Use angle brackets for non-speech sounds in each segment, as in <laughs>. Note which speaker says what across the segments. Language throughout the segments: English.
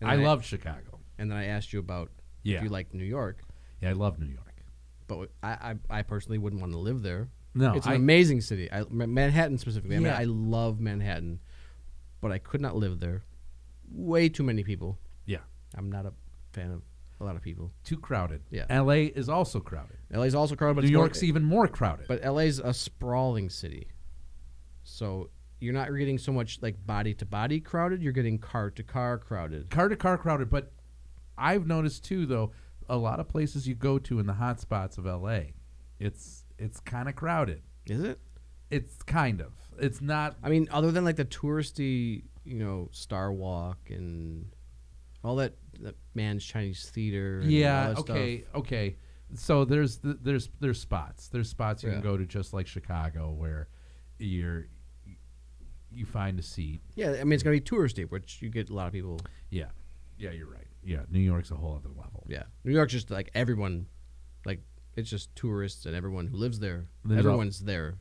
Speaker 1: And then
Speaker 2: I love Chicago.
Speaker 1: And then I asked you about
Speaker 2: Yeah.
Speaker 1: if you like New York,
Speaker 2: Yeah, I love New York.
Speaker 1: but I, I, I personally wouldn't want to live there.
Speaker 2: No,
Speaker 1: it's an
Speaker 2: I-
Speaker 1: amazing city. I, Ma- Manhattan specifically. I mean,
Speaker 2: Yeah.
Speaker 1: I love Manhattan, but I could not live there. Way too many people.
Speaker 2: Yeah.
Speaker 1: I'm not a fan of a lot of people.
Speaker 2: Too crowded.
Speaker 1: Yeah.
Speaker 2: LA is also crowded.
Speaker 1: LA's also crowded, but
Speaker 2: New
Speaker 1: it's more-
Speaker 2: York's even more crowded.
Speaker 1: But LA's a sprawling city. So you're not getting so much like body to body crowded, you're getting car to car crowded.
Speaker 2: car to car crowded. But I've noticed too, though, a lot of places you go to in the hot spots of LA, it's it's kind of crowded.
Speaker 1: Is it?
Speaker 2: It's kind of. It's not.
Speaker 1: I mean, other than like the touristy, you know, Star Walk and all that, that man's Chinese theater. And all
Speaker 2: yeah.
Speaker 1: that
Speaker 2: Okay.
Speaker 1: Stuff.
Speaker 2: Okay. So there's th- there's there's spots. There's spots you
Speaker 1: Yeah.
Speaker 2: can go to just like Chicago where you're you find a seat.
Speaker 1: Yeah, I mean, it's going to be touristy, which you get a lot of people.
Speaker 2: Yeah. Yeah, you're right. Yeah, New York's a whole other level.
Speaker 1: Yeah. New York's just like everyone, like, it's just tourists and everyone who lives there.
Speaker 2: There's all-
Speaker 1: everyone's there.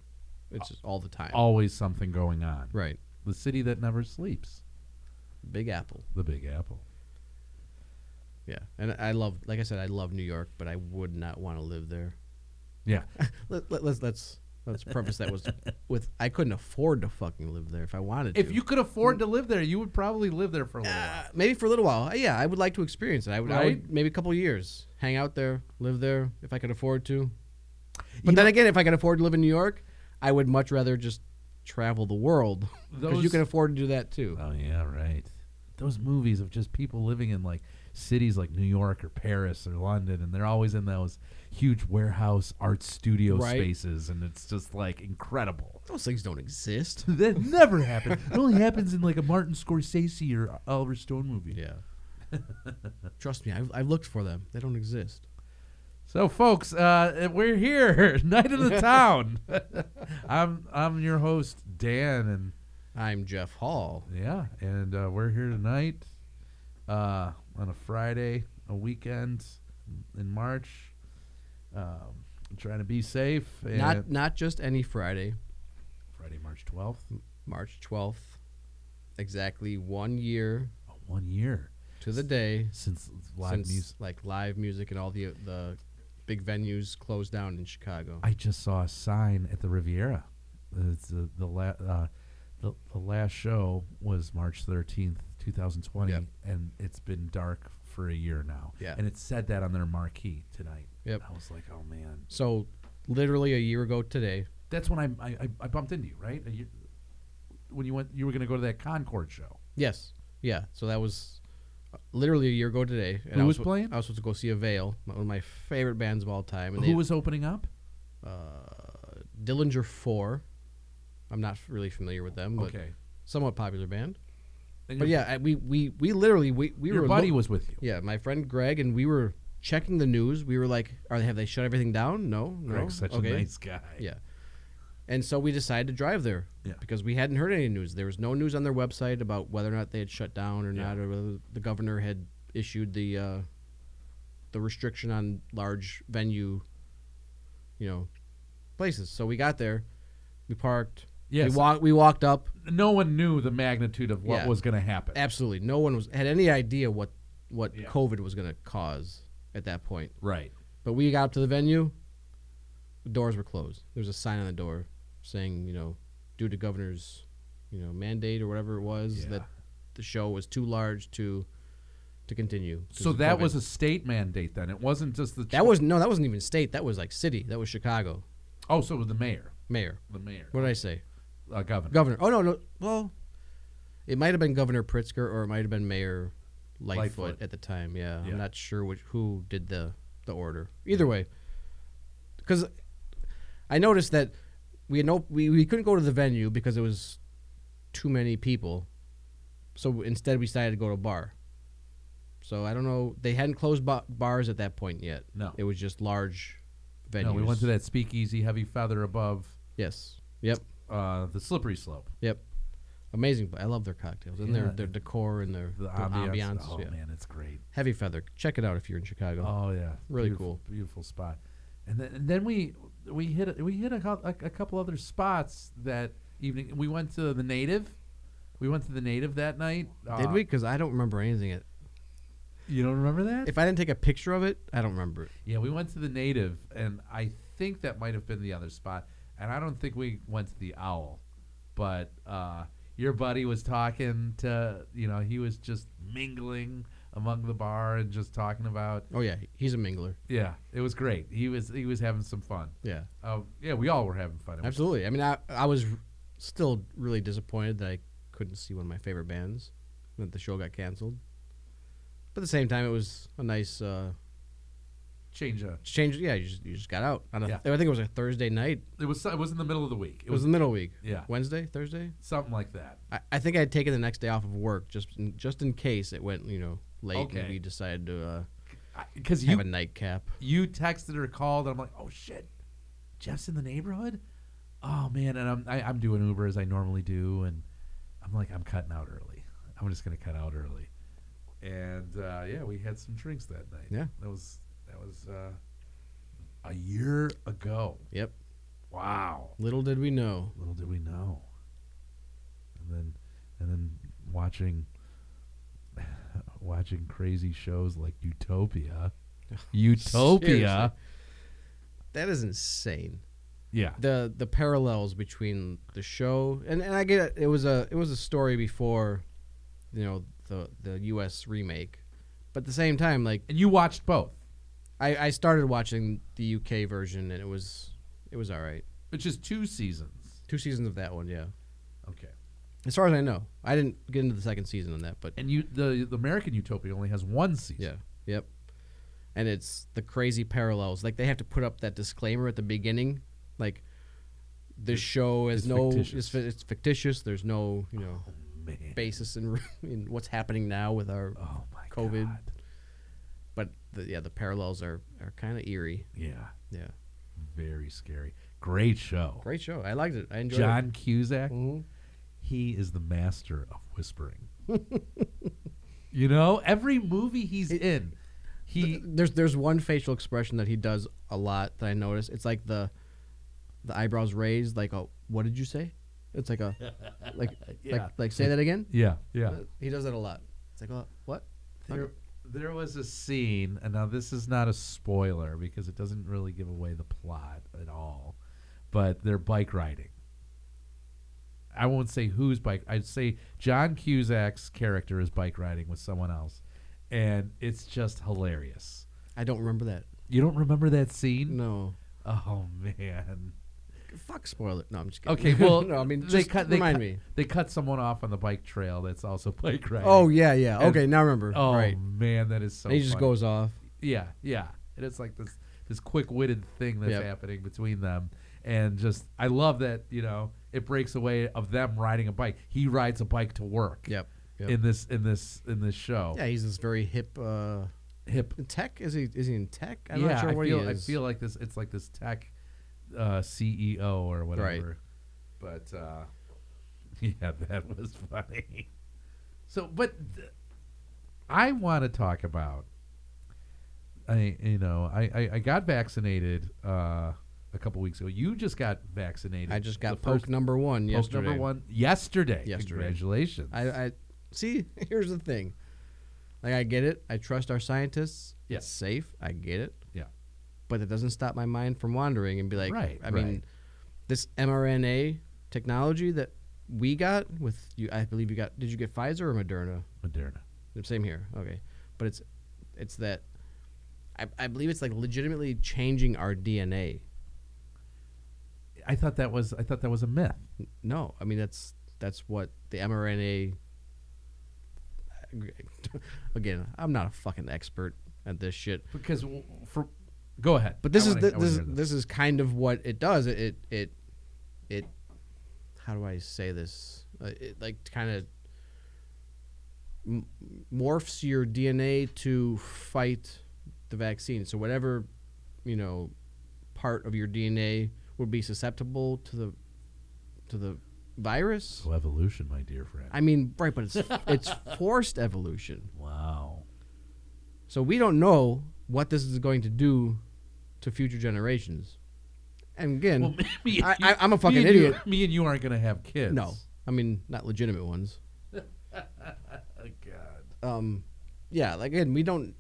Speaker 1: It's just all the time.
Speaker 2: Always something going on.
Speaker 1: right.
Speaker 2: The city that never sleeps,
Speaker 1: Big Apple.
Speaker 2: the Big Apple.
Speaker 1: Yeah, and I love, like I said, I love New York, but I would not want to live there. <laughs>
Speaker 2: Yeah.
Speaker 1: Let, let, let's let's let's preface that was with I couldn't afford to fucking live there if I wanted
Speaker 2: <laughs> If
Speaker 1: to.
Speaker 2: you could afford to live there, you would probably live there for a little
Speaker 1: uh,
Speaker 2: while.
Speaker 1: maybe for a little while, yeah, I would like to experience it. I would, I
Speaker 2: Right?
Speaker 1: would maybe a couple years, hang out there, live there if I could afford to. But
Speaker 2: You
Speaker 1: then
Speaker 2: know-
Speaker 1: again, if I could afford to live in New York, I would much rather just travel the world because you
Speaker 2: Those-
Speaker 1: can afford to do that too.
Speaker 2: Oh yeah, right. Those movies of just people living in like cities like New York or Paris or London, and they're always in those huge warehouse art studio
Speaker 1: Right.
Speaker 2: spaces, and it's just like incredible. <laughs>
Speaker 1: Those things don't exist.
Speaker 2: That never happened. It only happens in like a Martin Scorsese or Oliver Stone movie. <laughs>
Speaker 1: Yeah. Trust me, I've, I've looked for them. They don't exist.
Speaker 2: So, folks, uh, we're here, <laughs> night in
Speaker 1: <laughs>
Speaker 2: the town. <laughs> I'm I'm your host Dan, and
Speaker 1: I'm Jeff Hall.
Speaker 2: Yeah, and uh, we're here tonight uh, on a Friday, a weekend in March. Um, trying to be safe. And
Speaker 1: Not not just any Friday,
Speaker 2: Friday, March twelfth.
Speaker 1: March 12th. Exactly 1 year
Speaker 2: One year
Speaker 1: to the day
Speaker 2: since live
Speaker 1: since
Speaker 2: music.
Speaker 1: like live music and all the the big venues closed down in Chicago.
Speaker 2: I just saw a sign at the Riviera. It's the the, la- uh, the the last show was March thirteenth, two thousand twenty,
Speaker 1: Yep.
Speaker 2: and it's been dark for a year now.
Speaker 1: Yeah.
Speaker 2: and it said that on their marquee tonight.
Speaker 1: Yep.
Speaker 2: I was like, oh man.
Speaker 1: so literally a year ago today.
Speaker 2: That's when I I, I- I bumped into you, right? Uh, you- when you went, you were going to go to that Concord show.
Speaker 1: Yes. Yeah, so that was uh, literally a year ago today.
Speaker 2: Who
Speaker 1: I
Speaker 2: was
Speaker 1: suppo-
Speaker 2: playing?
Speaker 1: I was supposed to go see Avail, one of my favorite bands of all time. And
Speaker 2: Who
Speaker 1: they-
Speaker 2: was opening up?
Speaker 1: uh, Dillinger Four. I'm not really familiar with them, but
Speaker 2: okay,
Speaker 1: somewhat popular band.
Speaker 2: And
Speaker 1: But
Speaker 2: your-
Speaker 1: yeah, I, we, we we literally we, we
Speaker 2: your
Speaker 1: were
Speaker 2: buddy
Speaker 1: lo-
Speaker 2: was with you.
Speaker 1: yeah my friend Greg and we were checking the news. We were like, are they have they shut everything down? No, no.
Speaker 2: Greg's such
Speaker 1: okay.
Speaker 2: a nice guy.
Speaker 1: Yeah, and so we decided to drive there
Speaker 2: Yeah.
Speaker 1: because we hadn't heard any news. There was no news on their website about whether or not they had shut down or
Speaker 2: Yeah.
Speaker 1: not, or whether the governor had issued the uh, the restriction on large venue, you know, places. So we got there, we parked.
Speaker 2: Yes.
Speaker 1: We walked. We walked up.
Speaker 2: No one knew the magnitude of what
Speaker 1: Yeah.
Speaker 2: was going to happen.
Speaker 1: Absolutely, no one was had any idea what what
Speaker 2: Yeah.
Speaker 1: COVID was going to cause at that point.
Speaker 2: right.
Speaker 1: But we got up to the venue. The doors were closed. There was a sign on the door saying, you know, due to governor's, you know, mandate or whatever it was
Speaker 2: Yeah.
Speaker 1: that the show was too large to to continue. 'cause
Speaker 2: So
Speaker 1: of
Speaker 2: that
Speaker 1: COVID.
Speaker 2: was a state mandate then. It wasn't just the
Speaker 1: that was no, that wasn't even state. That was like city. That was Chicago
Speaker 2: oh, so it was the mayor,
Speaker 1: mayor.
Speaker 2: the mayor,
Speaker 1: What did I say?
Speaker 2: uh, governor.
Speaker 1: Governor. Oh no, no. Well, it might have been Governor Pritzker or it might have been Mayor Lightfoot,
Speaker 2: Lightfoot.
Speaker 1: at the time. Yeah,
Speaker 2: Yeah.
Speaker 1: I'm not sure which who did the the order. Either way, because I noticed that we had no we, we couldn't go to the venue because it was too many people. So instead, we decided to go to a bar. So I don't know. They hadn't closed ba- bars at that point yet.
Speaker 2: No.
Speaker 1: it was just large venues.
Speaker 2: no, we went to that speakeasy, heavy feather above
Speaker 1: Yes. Yep.
Speaker 2: uh, the slippery slope.
Speaker 1: Yep. Amazing. I love their cocktails and
Speaker 2: Yeah.
Speaker 1: their, their decor and their,
Speaker 2: The,
Speaker 1: their
Speaker 2: ambiance.
Speaker 1: ambiance.
Speaker 2: Oh
Speaker 1: yeah.
Speaker 2: man, it's great.
Speaker 1: Heavy Feather. Check it out if you're in Chicago.
Speaker 2: Oh yeah,
Speaker 1: Really
Speaker 2: Beautiful- Beautiful spot. And then, and then we we hit a- we hit a, cou- a, a couple other spots that evening. We went to the Native. We went to the Native that night.
Speaker 1: Did
Speaker 2: Uh,
Speaker 1: we? Because I don't remember anything. At,
Speaker 2: You don't remember that?
Speaker 1: If I didn't take a picture of it, I don't remember it.
Speaker 2: yeah, we went to the native, and I think that might have been the other spot. And I don't think we went to the owl, but uh, your buddy was talking to you know he was just mingling among the bar and just talking about
Speaker 1: Oh yeah, he's a mingler.
Speaker 2: yeah it was great he was he was having some fun
Speaker 1: Yeah,
Speaker 2: uh, yeah we all were having fun It was
Speaker 1: absolutely. I mean, I I was still really disappointed that I couldn't see one of my favorite bands, that the show got canceled. But at the same time, it was a nice uh,
Speaker 2: change up
Speaker 1: change. Yeah, you just, you just got out. On a,
Speaker 2: Yeah.
Speaker 1: I think it was a Thursday night.
Speaker 2: it was it was in the middle of the week
Speaker 1: It was the middle week.
Speaker 2: yeah
Speaker 1: Wednesday, Thursday.
Speaker 2: something like that
Speaker 1: I, I think I had taken the next day off of work just in, just in case it went you know late
Speaker 2: Okay.
Speaker 1: and we decided to uh,
Speaker 2: because
Speaker 1: have
Speaker 2: you
Speaker 1: a nightcap.
Speaker 2: you texted or called, and I'm like, oh shit, Jeff's in the neighborhood. Oh man, and I'm I, I'm doing Uber as I normally do, and I'm like, I'm cutting out early. I'm just gonna cut out early. And uh, yeah, we had some drinks that night.
Speaker 1: Yeah.
Speaker 2: that was that was uh, a year ago.
Speaker 1: Yep.
Speaker 2: Wow.
Speaker 1: Little did we know.
Speaker 2: Little did we know. And then and then watching <laughs> watching crazy shows like Utopia. Utopia.
Speaker 1: That is insane.
Speaker 2: Yeah.
Speaker 1: the the parallels between the show and, and I get it, it was a it was a story before, you know the the U.S. remake, but at the same time like
Speaker 2: And you watched both,
Speaker 1: I, I started watching the U.K. version and it was it was all right.
Speaker 2: which is two seasons.
Speaker 1: Two seasons of that one, yeah.
Speaker 2: Okay.
Speaker 1: As far as I know, I didn't get into the second season on that, but
Speaker 2: And you the, the American Utopia only has one season.
Speaker 1: yeah, yep. And it's the crazy parallels. Like they have to put up that disclaimer at the beginning, like this show is
Speaker 2: it's
Speaker 1: no
Speaker 2: fictitious.
Speaker 1: It's, fi- it's fictitious. There's no you know.
Speaker 2: Oh man.
Speaker 1: basis in, <laughs> in what's happening now with our
Speaker 2: Oh my
Speaker 1: COVID.
Speaker 2: god.
Speaker 1: but the, yeah the parallels are are kind of eerie
Speaker 2: Yeah.
Speaker 1: yeah
Speaker 2: Very scary. Great show.
Speaker 1: great show i liked it i enjoyed
Speaker 2: John Cusack,
Speaker 1: it Mhm.
Speaker 2: he is the master of
Speaker 1: <laughs>
Speaker 2: whispering. you know, every movie he's in,
Speaker 1: Th-
Speaker 2: he
Speaker 1: there's there's one facial expression that he does a lot that i notice it's like the the eyebrows raised like a what did you say it's like a
Speaker 2: <laughs>
Speaker 1: like
Speaker 2: Yeah.
Speaker 1: like like say that again
Speaker 2: Yeah, yeah.
Speaker 1: he does that a lot it's like oh, what
Speaker 2: There, there was a scene, and now this is not a spoiler because it doesn't really give away the plot at all, but they're bike riding. I won't say whose bike. I'd say John Cusack's character is bike riding with someone else, and it's just hilarious.
Speaker 1: i don't remember that
Speaker 2: You don't remember that scene?
Speaker 1: no
Speaker 2: <laughs> Oh
Speaker 1: <laughs>
Speaker 2: man.
Speaker 1: fuck spoiler no i'm just kidding
Speaker 2: Okay, well,
Speaker 1: <laughs> no i mean
Speaker 2: they
Speaker 1: just
Speaker 2: cut. They
Speaker 1: remind
Speaker 2: cut,
Speaker 1: me
Speaker 2: They cut someone off on the bike trail. That's also bike riding.
Speaker 1: oh yeah yeah
Speaker 2: And-
Speaker 1: okay now I remember
Speaker 2: Oh
Speaker 1: right
Speaker 2: man, that is so.
Speaker 1: and he just
Speaker 2: funny.
Speaker 1: goes off
Speaker 2: Yeah, yeah. And it's like this this quick witted thing that's
Speaker 1: Yep.
Speaker 2: happening between them. And just I love that, you know, it breaks away of them riding a bike. He rides a bike to work.
Speaker 1: yep, yep.
Speaker 2: In this in this in this show.
Speaker 1: Yeah, he's this very hip uh
Speaker 2: Hip
Speaker 1: tech. Is he is he in tech? I'm
Speaker 2: yeah,
Speaker 1: not sure
Speaker 2: I
Speaker 1: what
Speaker 2: feel
Speaker 1: he
Speaker 2: I
Speaker 1: is.
Speaker 2: feel like this it's like this tech uh, CEO or whatever. But uh, <laughs> yeah, that was funny. So but th- I want to talk about I you know, I, I, I got vaccinated uh, a couple weeks ago. You just got vaccinated.
Speaker 1: I just
Speaker 2: the
Speaker 1: got
Speaker 2: first
Speaker 1: poke number one
Speaker 2: poke
Speaker 1: yesterday.
Speaker 2: number one yesterday.
Speaker 1: Yesterday.
Speaker 2: Congratulations.
Speaker 1: I, I see. <laughs> Here's the thing. Like I get it. I trust our scientists.
Speaker 2: Yeah.
Speaker 1: It's safe. I get it.
Speaker 2: Yeah.
Speaker 1: But it doesn't stop my mind from wandering and be like,
Speaker 2: Right,
Speaker 1: I mean,
Speaker 2: right.
Speaker 1: this mRNA technology that we got with you. I believe you got. Did you get Pfizer or Moderna?
Speaker 2: Moderna.
Speaker 1: The Same here. Okay, but it's it's that I, I believe it's like legitimately changing our DNA.
Speaker 2: I thought that was I thought that was a myth.
Speaker 1: No, I mean that's that's what the mRNA. <laughs> Again, I'm not a fucking expert at this shit,
Speaker 2: Because w- for go ahead.
Speaker 1: but this
Speaker 2: I
Speaker 1: is the,
Speaker 2: wanna- I wanna
Speaker 1: this is
Speaker 2: hear
Speaker 1: this is kind of what it does. It it it, it how do I say this? Uh, It like kind of morphs your DNA to fight the vaccine. So whatever you know part of your DNA would be susceptible to the to the virus.
Speaker 2: So evolution, my dear friend.
Speaker 1: I mean, right, but it's it's forced evolution.
Speaker 2: wow.
Speaker 1: So we don't know what this is going to do to future generations. And again,
Speaker 2: Well, <laughs> me,
Speaker 1: I- I- I'm a
Speaker 2: me
Speaker 1: fucking
Speaker 2: and you-
Speaker 1: idiot.
Speaker 2: me and you aren't gonna have kids.
Speaker 1: no, I mean not legitimate ones.
Speaker 2: Oh, God.
Speaker 1: Um, yeah, like again, we don't.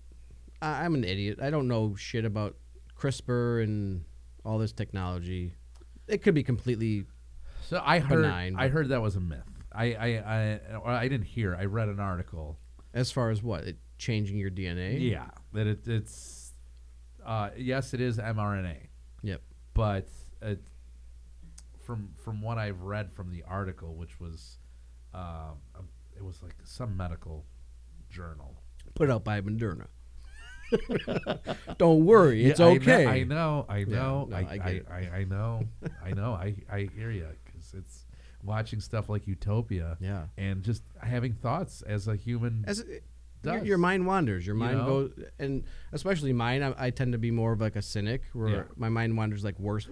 Speaker 1: I, I'm an idiot. I don't know shit about CRISPR and all this technology. It could be completely
Speaker 2: So I heard
Speaker 1: Benign,
Speaker 2: I
Speaker 1: but-
Speaker 2: heard that was a myth. I I I, or I didn't hear. I read an article.
Speaker 1: as far as what it changing your DNA.
Speaker 2: Yeah, that it, it's uh, yes, it is mRNA,
Speaker 1: Yep.
Speaker 2: but it, from from what I've read from the article, which was um, a- it was like some medical journal.
Speaker 1: Put out by Moderna. <laughs> don't worry, it's
Speaker 2: Yeah, I kno-
Speaker 1: okay.
Speaker 2: I know. I know.
Speaker 1: no,
Speaker 2: I,
Speaker 1: I get
Speaker 2: I,
Speaker 1: it.
Speaker 2: I, I know. I know. I I hear you because it's watching stuff like Utopia.
Speaker 1: Yeah.
Speaker 2: And just having thoughts as a human.
Speaker 1: As your,
Speaker 2: does.
Speaker 1: your mind wanders, your
Speaker 2: You
Speaker 1: mind
Speaker 2: know?
Speaker 1: goes, and especially mine. I, I tend to be more of like a cynic, where
Speaker 2: Yeah.
Speaker 1: my mind wanders like worst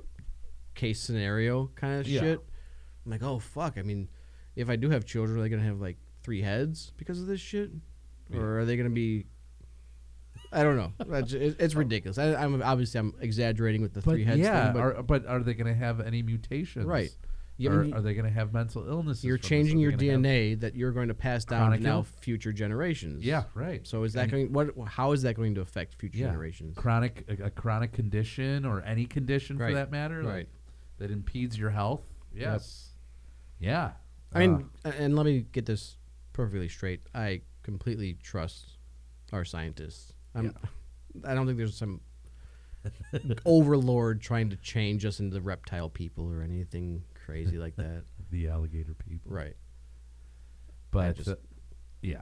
Speaker 1: case scenario kind of
Speaker 2: Yeah.
Speaker 1: shit. I'm like, oh fuck. I mean, if I do have children, are they gonna have like three heads because of this shit,
Speaker 2: Yeah.
Speaker 1: or are they gonna be? I don't know. That's- it-
Speaker 2: <laughs>
Speaker 1: It's ridiculous. I, I'm obviously I'm exaggerating with the
Speaker 2: Oh. but
Speaker 1: three heads
Speaker 2: yeah,
Speaker 1: thing, but
Speaker 2: are, but are they going to have any mutations?
Speaker 1: Right. You-
Speaker 2: Or are they going to have mental illnesses?
Speaker 1: you're
Speaker 2: from this? Are
Speaker 1: changing
Speaker 2: they
Speaker 1: your
Speaker 2: gonna have-
Speaker 1: DNA that you're going to pass down to
Speaker 2: chronic
Speaker 1: now
Speaker 2: health?
Speaker 1: future generations.
Speaker 2: yeah, right.
Speaker 1: So is that going?
Speaker 2: And
Speaker 1: What? How is that going to affect future
Speaker 2: Yeah.
Speaker 1: generations?
Speaker 2: chronic a, a chronic condition or any condition
Speaker 1: Right,
Speaker 2: for that matter, like,
Speaker 1: right.
Speaker 2: that impedes your health? Yes. Yeah.
Speaker 1: I mean,
Speaker 2: Uh,
Speaker 1: a- and let me get this perfectly straight. I completely trust our scientists. I'm, I don't think there's some <laughs> overlord trying to change us into reptile people or anything crazy like that. <laughs>
Speaker 2: the alligator people.
Speaker 1: Right.
Speaker 2: But
Speaker 1: just-
Speaker 2: uh, yeah.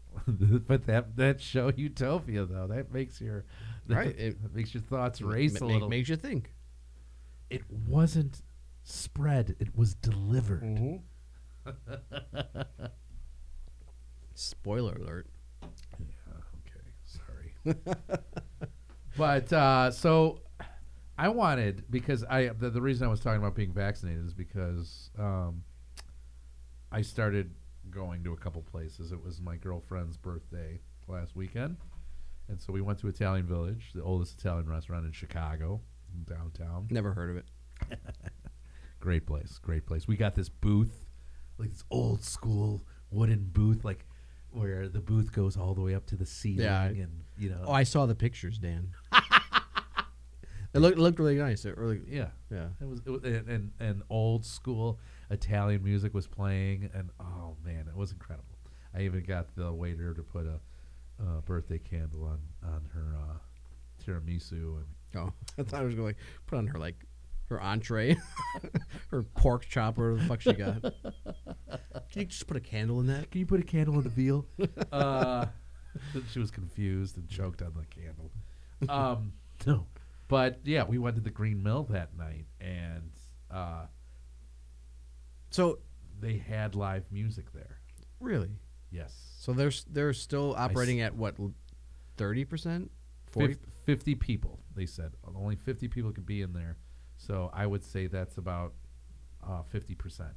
Speaker 2: <laughs> but that that show Utopia though that makes your <laughs> that
Speaker 1: Right, it-
Speaker 2: makes your thoughts
Speaker 1: Ma-
Speaker 2: race
Speaker 1: ma-
Speaker 2: a little.
Speaker 1: makes you think.
Speaker 2: it wasn't spread; it was delivered.
Speaker 1: <laughs> Spoiler alert.
Speaker 2: Oh, Okay, sorry. but uh, so I wanted because I the, the reason I was talking about being vaccinated is because um, I started going to a couple places. It was my girlfriend's birthday last weekend, and so we went to Italian Village, the oldest Italian restaurant in Chicago, downtown.
Speaker 1: Never heard of it.
Speaker 2: Great place, great place. We got this booth, like this old school wooden booth, like where the booth goes all the way up to the ceiling,
Speaker 1: I-
Speaker 2: and you know,
Speaker 1: Oh, I saw the pictures, Dan. <laughs> it looked it looked really nice. It really,
Speaker 2: yeah,
Speaker 1: yeah.
Speaker 2: It was, it was and, and and old school Italian music was playing, and oh man, it was incredible. I even got the waiter to put a uh, birthday candle on on her uh, tiramisu, and
Speaker 1: Oh, <laughs> I thought I was going to put on her like her entree, <laughs> her pork chop, whatever the fuck she <laughs> got. Can you just put a candle in that?
Speaker 2: can you put a candle in the veal? uh, she was confused and choked on the candle. Um, no, but yeah, we went to the Green Mill that night, and uh,
Speaker 1: So
Speaker 2: they had live music there.
Speaker 1: really,
Speaker 2: Yes.
Speaker 1: so they're s- they're still operating at what thirty percent, forty.
Speaker 2: Fif- 50 people they said only 50 people could be in there so i would say that's about uh, 50%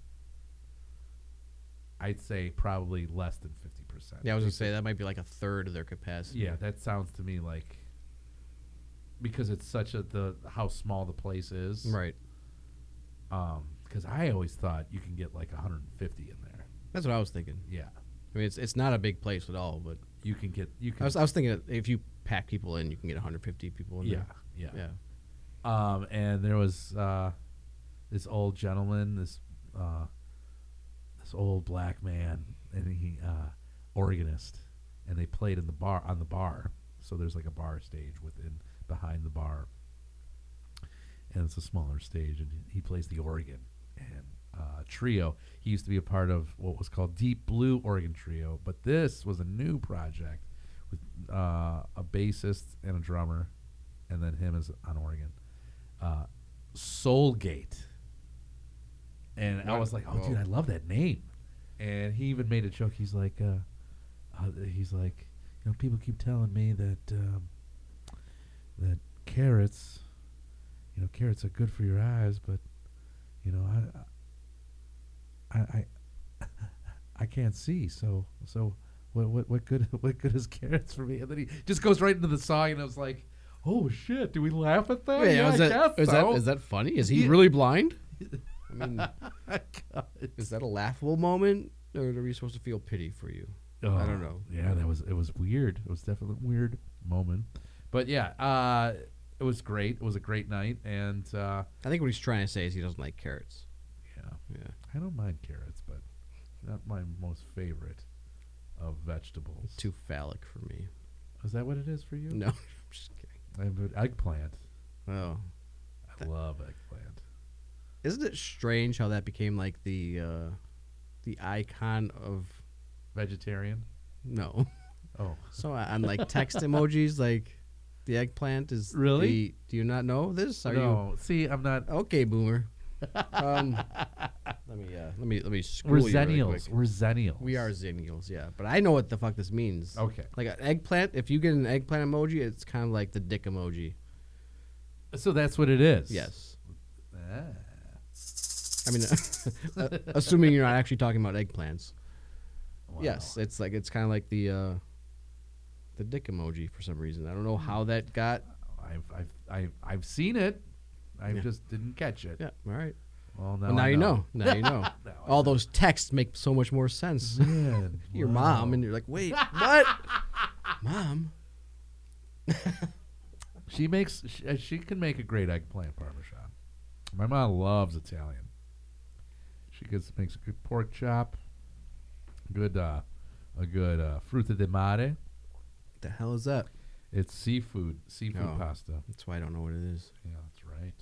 Speaker 2: i'd say probably less than 50%
Speaker 1: Yeah, I was gonna say that might be like a third of their capacity.
Speaker 2: yeah that sounds to me like because it's such a the how small the place is
Speaker 1: right.
Speaker 2: because i always thought you can get like 150 in there
Speaker 1: That's what I was thinking.
Speaker 2: yeah
Speaker 1: I mean, it's it's not a big place at all, but
Speaker 2: you can get you can
Speaker 1: I was I was thinking that if you pack people in, you can get one hundred fifty people in
Speaker 2: yeah,
Speaker 1: there.
Speaker 2: yeah
Speaker 1: Yeah.
Speaker 2: Um, and there was uh, this old gentleman, this uh, this old black man, and he uh, organist, and they played in the bar on the bar. So there's like a bar stage within behind the bar, and it's a smaller stage, and he plays the organ and uh, trio. He used to be a part of what was called Deep Blue Organ Trio, but this was a new project with uh, a bassist and a drummer, and then him as on organ. Uh, Soulgate, and I
Speaker 1: What?
Speaker 2: was like, "Oh, dude,
Speaker 1: Whoa.
Speaker 2: I love that name." And he even made a joke. He's like, uh, uh, "He's like, you know, people keep telling me that um, that carrots, you know, carrots are good for your eyes, but you know, I, I, I, I can't see. So, so what, what, what good, <laughs> what good is carrots for me? And then he just goes right into the song, and I was like, oh shit, do we laugh at that?
Speaker 1: Wait,
Speaker 2: Oh, yeah,
Speaker 1: is
Speaker 2: I
Speaker 1: that,
Speaker 2: guess
Speaker 1: is that
Speaker 2: so.
Speaker 1: is that funny? Is he
Speaker 2: Yeah.
Speaker 1: really
Speaker 2: <laughs>
Speaker 1: blind? I mean,
Speaker 2: God.
Speaker 1: is that a laughable moment, or are we supposed to feel pity for you?
Speaker 2: Oh,
Speaker 1: I don't know.
Speaker 2: Yeah, that was it was weird. It was definitely a weird moment. But yeah, uh, it was great. It was a great night, and uh,
Speaker 1: I think what he's trying to say is he doesn't like carrots.
Speaker 2: yeah,
Speaker 1: Yeah.
Speaker 2: I don't mind carrots, but not my most favorite of vegetables.
Speaker 1: Too phallic for me.
Speaker 2: Is that what it is for you?
Speaker 1: No. <laughs> I'm just kidding.
Speaker 2: I have an eggplant.
Speaker 1: Oh.
Speaker 2: I love eggplant.
Speaker 1: Isn't it strange how that became like the uh the icon of
Speaker 2: Vegetarian.
Speaker 1: no. <laughs>
Speaker 2: Oh,
Speaker 1: So I- on like
Speaker 2: <laughs>
Speaker 1: text emojis like the eggplant is
Speaker 2: Really?
Speaker 1: the- do you not know this? Are
Speaker 2: no. See, I'm not.
Speaker 1: you Oh, Okay, boomer. Um <laughs> let me uh let me let me school
Speaker 2: We're
Speaker 1: you really
Speaker 2: zennials.
Speaker 1: quick.
Speaker 2: We're zennials.
Speaker 1: We are zennials, yeah. But I know what the fuck this means.
Speaker 2: Okay.
Speaker 1: Like an eggplant, if you get an eggplant emoji, it's kind of like the dick emoji.
Speaker 2: So that's what it is.
Speaker 1: Yes.
Speaker 2: Ah.
Speaker 1: I mean, <laughs> uh, assuming you're not actually talking about eggplants.
Speaker 2: Wow.
Speaker 1: Yes, it's like it's kind of like the uh, the dick emoji for some reason. I don't know how that got.
Speaker 2: I've I've I've, I've seen it. I
Speaker 1: Yeah.
Speaker 2: just didn't catch it.
Speaker 1: Yeah, all right.
Speaker 2: Well, now,
Speaker 1: Well, now
Speaker 2: I
Speaker 1: you know. Now you know.
Speaker 2: <laughs> Now I
Speaker 1: All those texts make so much more
Speaker 2: <laughs>
Speaker 1: sense.
Speaker 2: Man,
Speaker 1: <laughs> Your
Speaker 2: wow.
Speaker 1: mom and you're like, wait, what? mom?
Speaker 2: she makes she, uh, she can make a great eggplant parmesan. My mom loves Italian. She gets makes a good pork chop, good uh, a good uh, fruta de mare.
Speaker 1: The hell is that?
Speaker 2: It's seafood seafood
Speaker 1: Oh.
Speaker 2: pasta.
Speaker 1: That's why I don't know what it is.
Speaker 2: Yeah, that's right.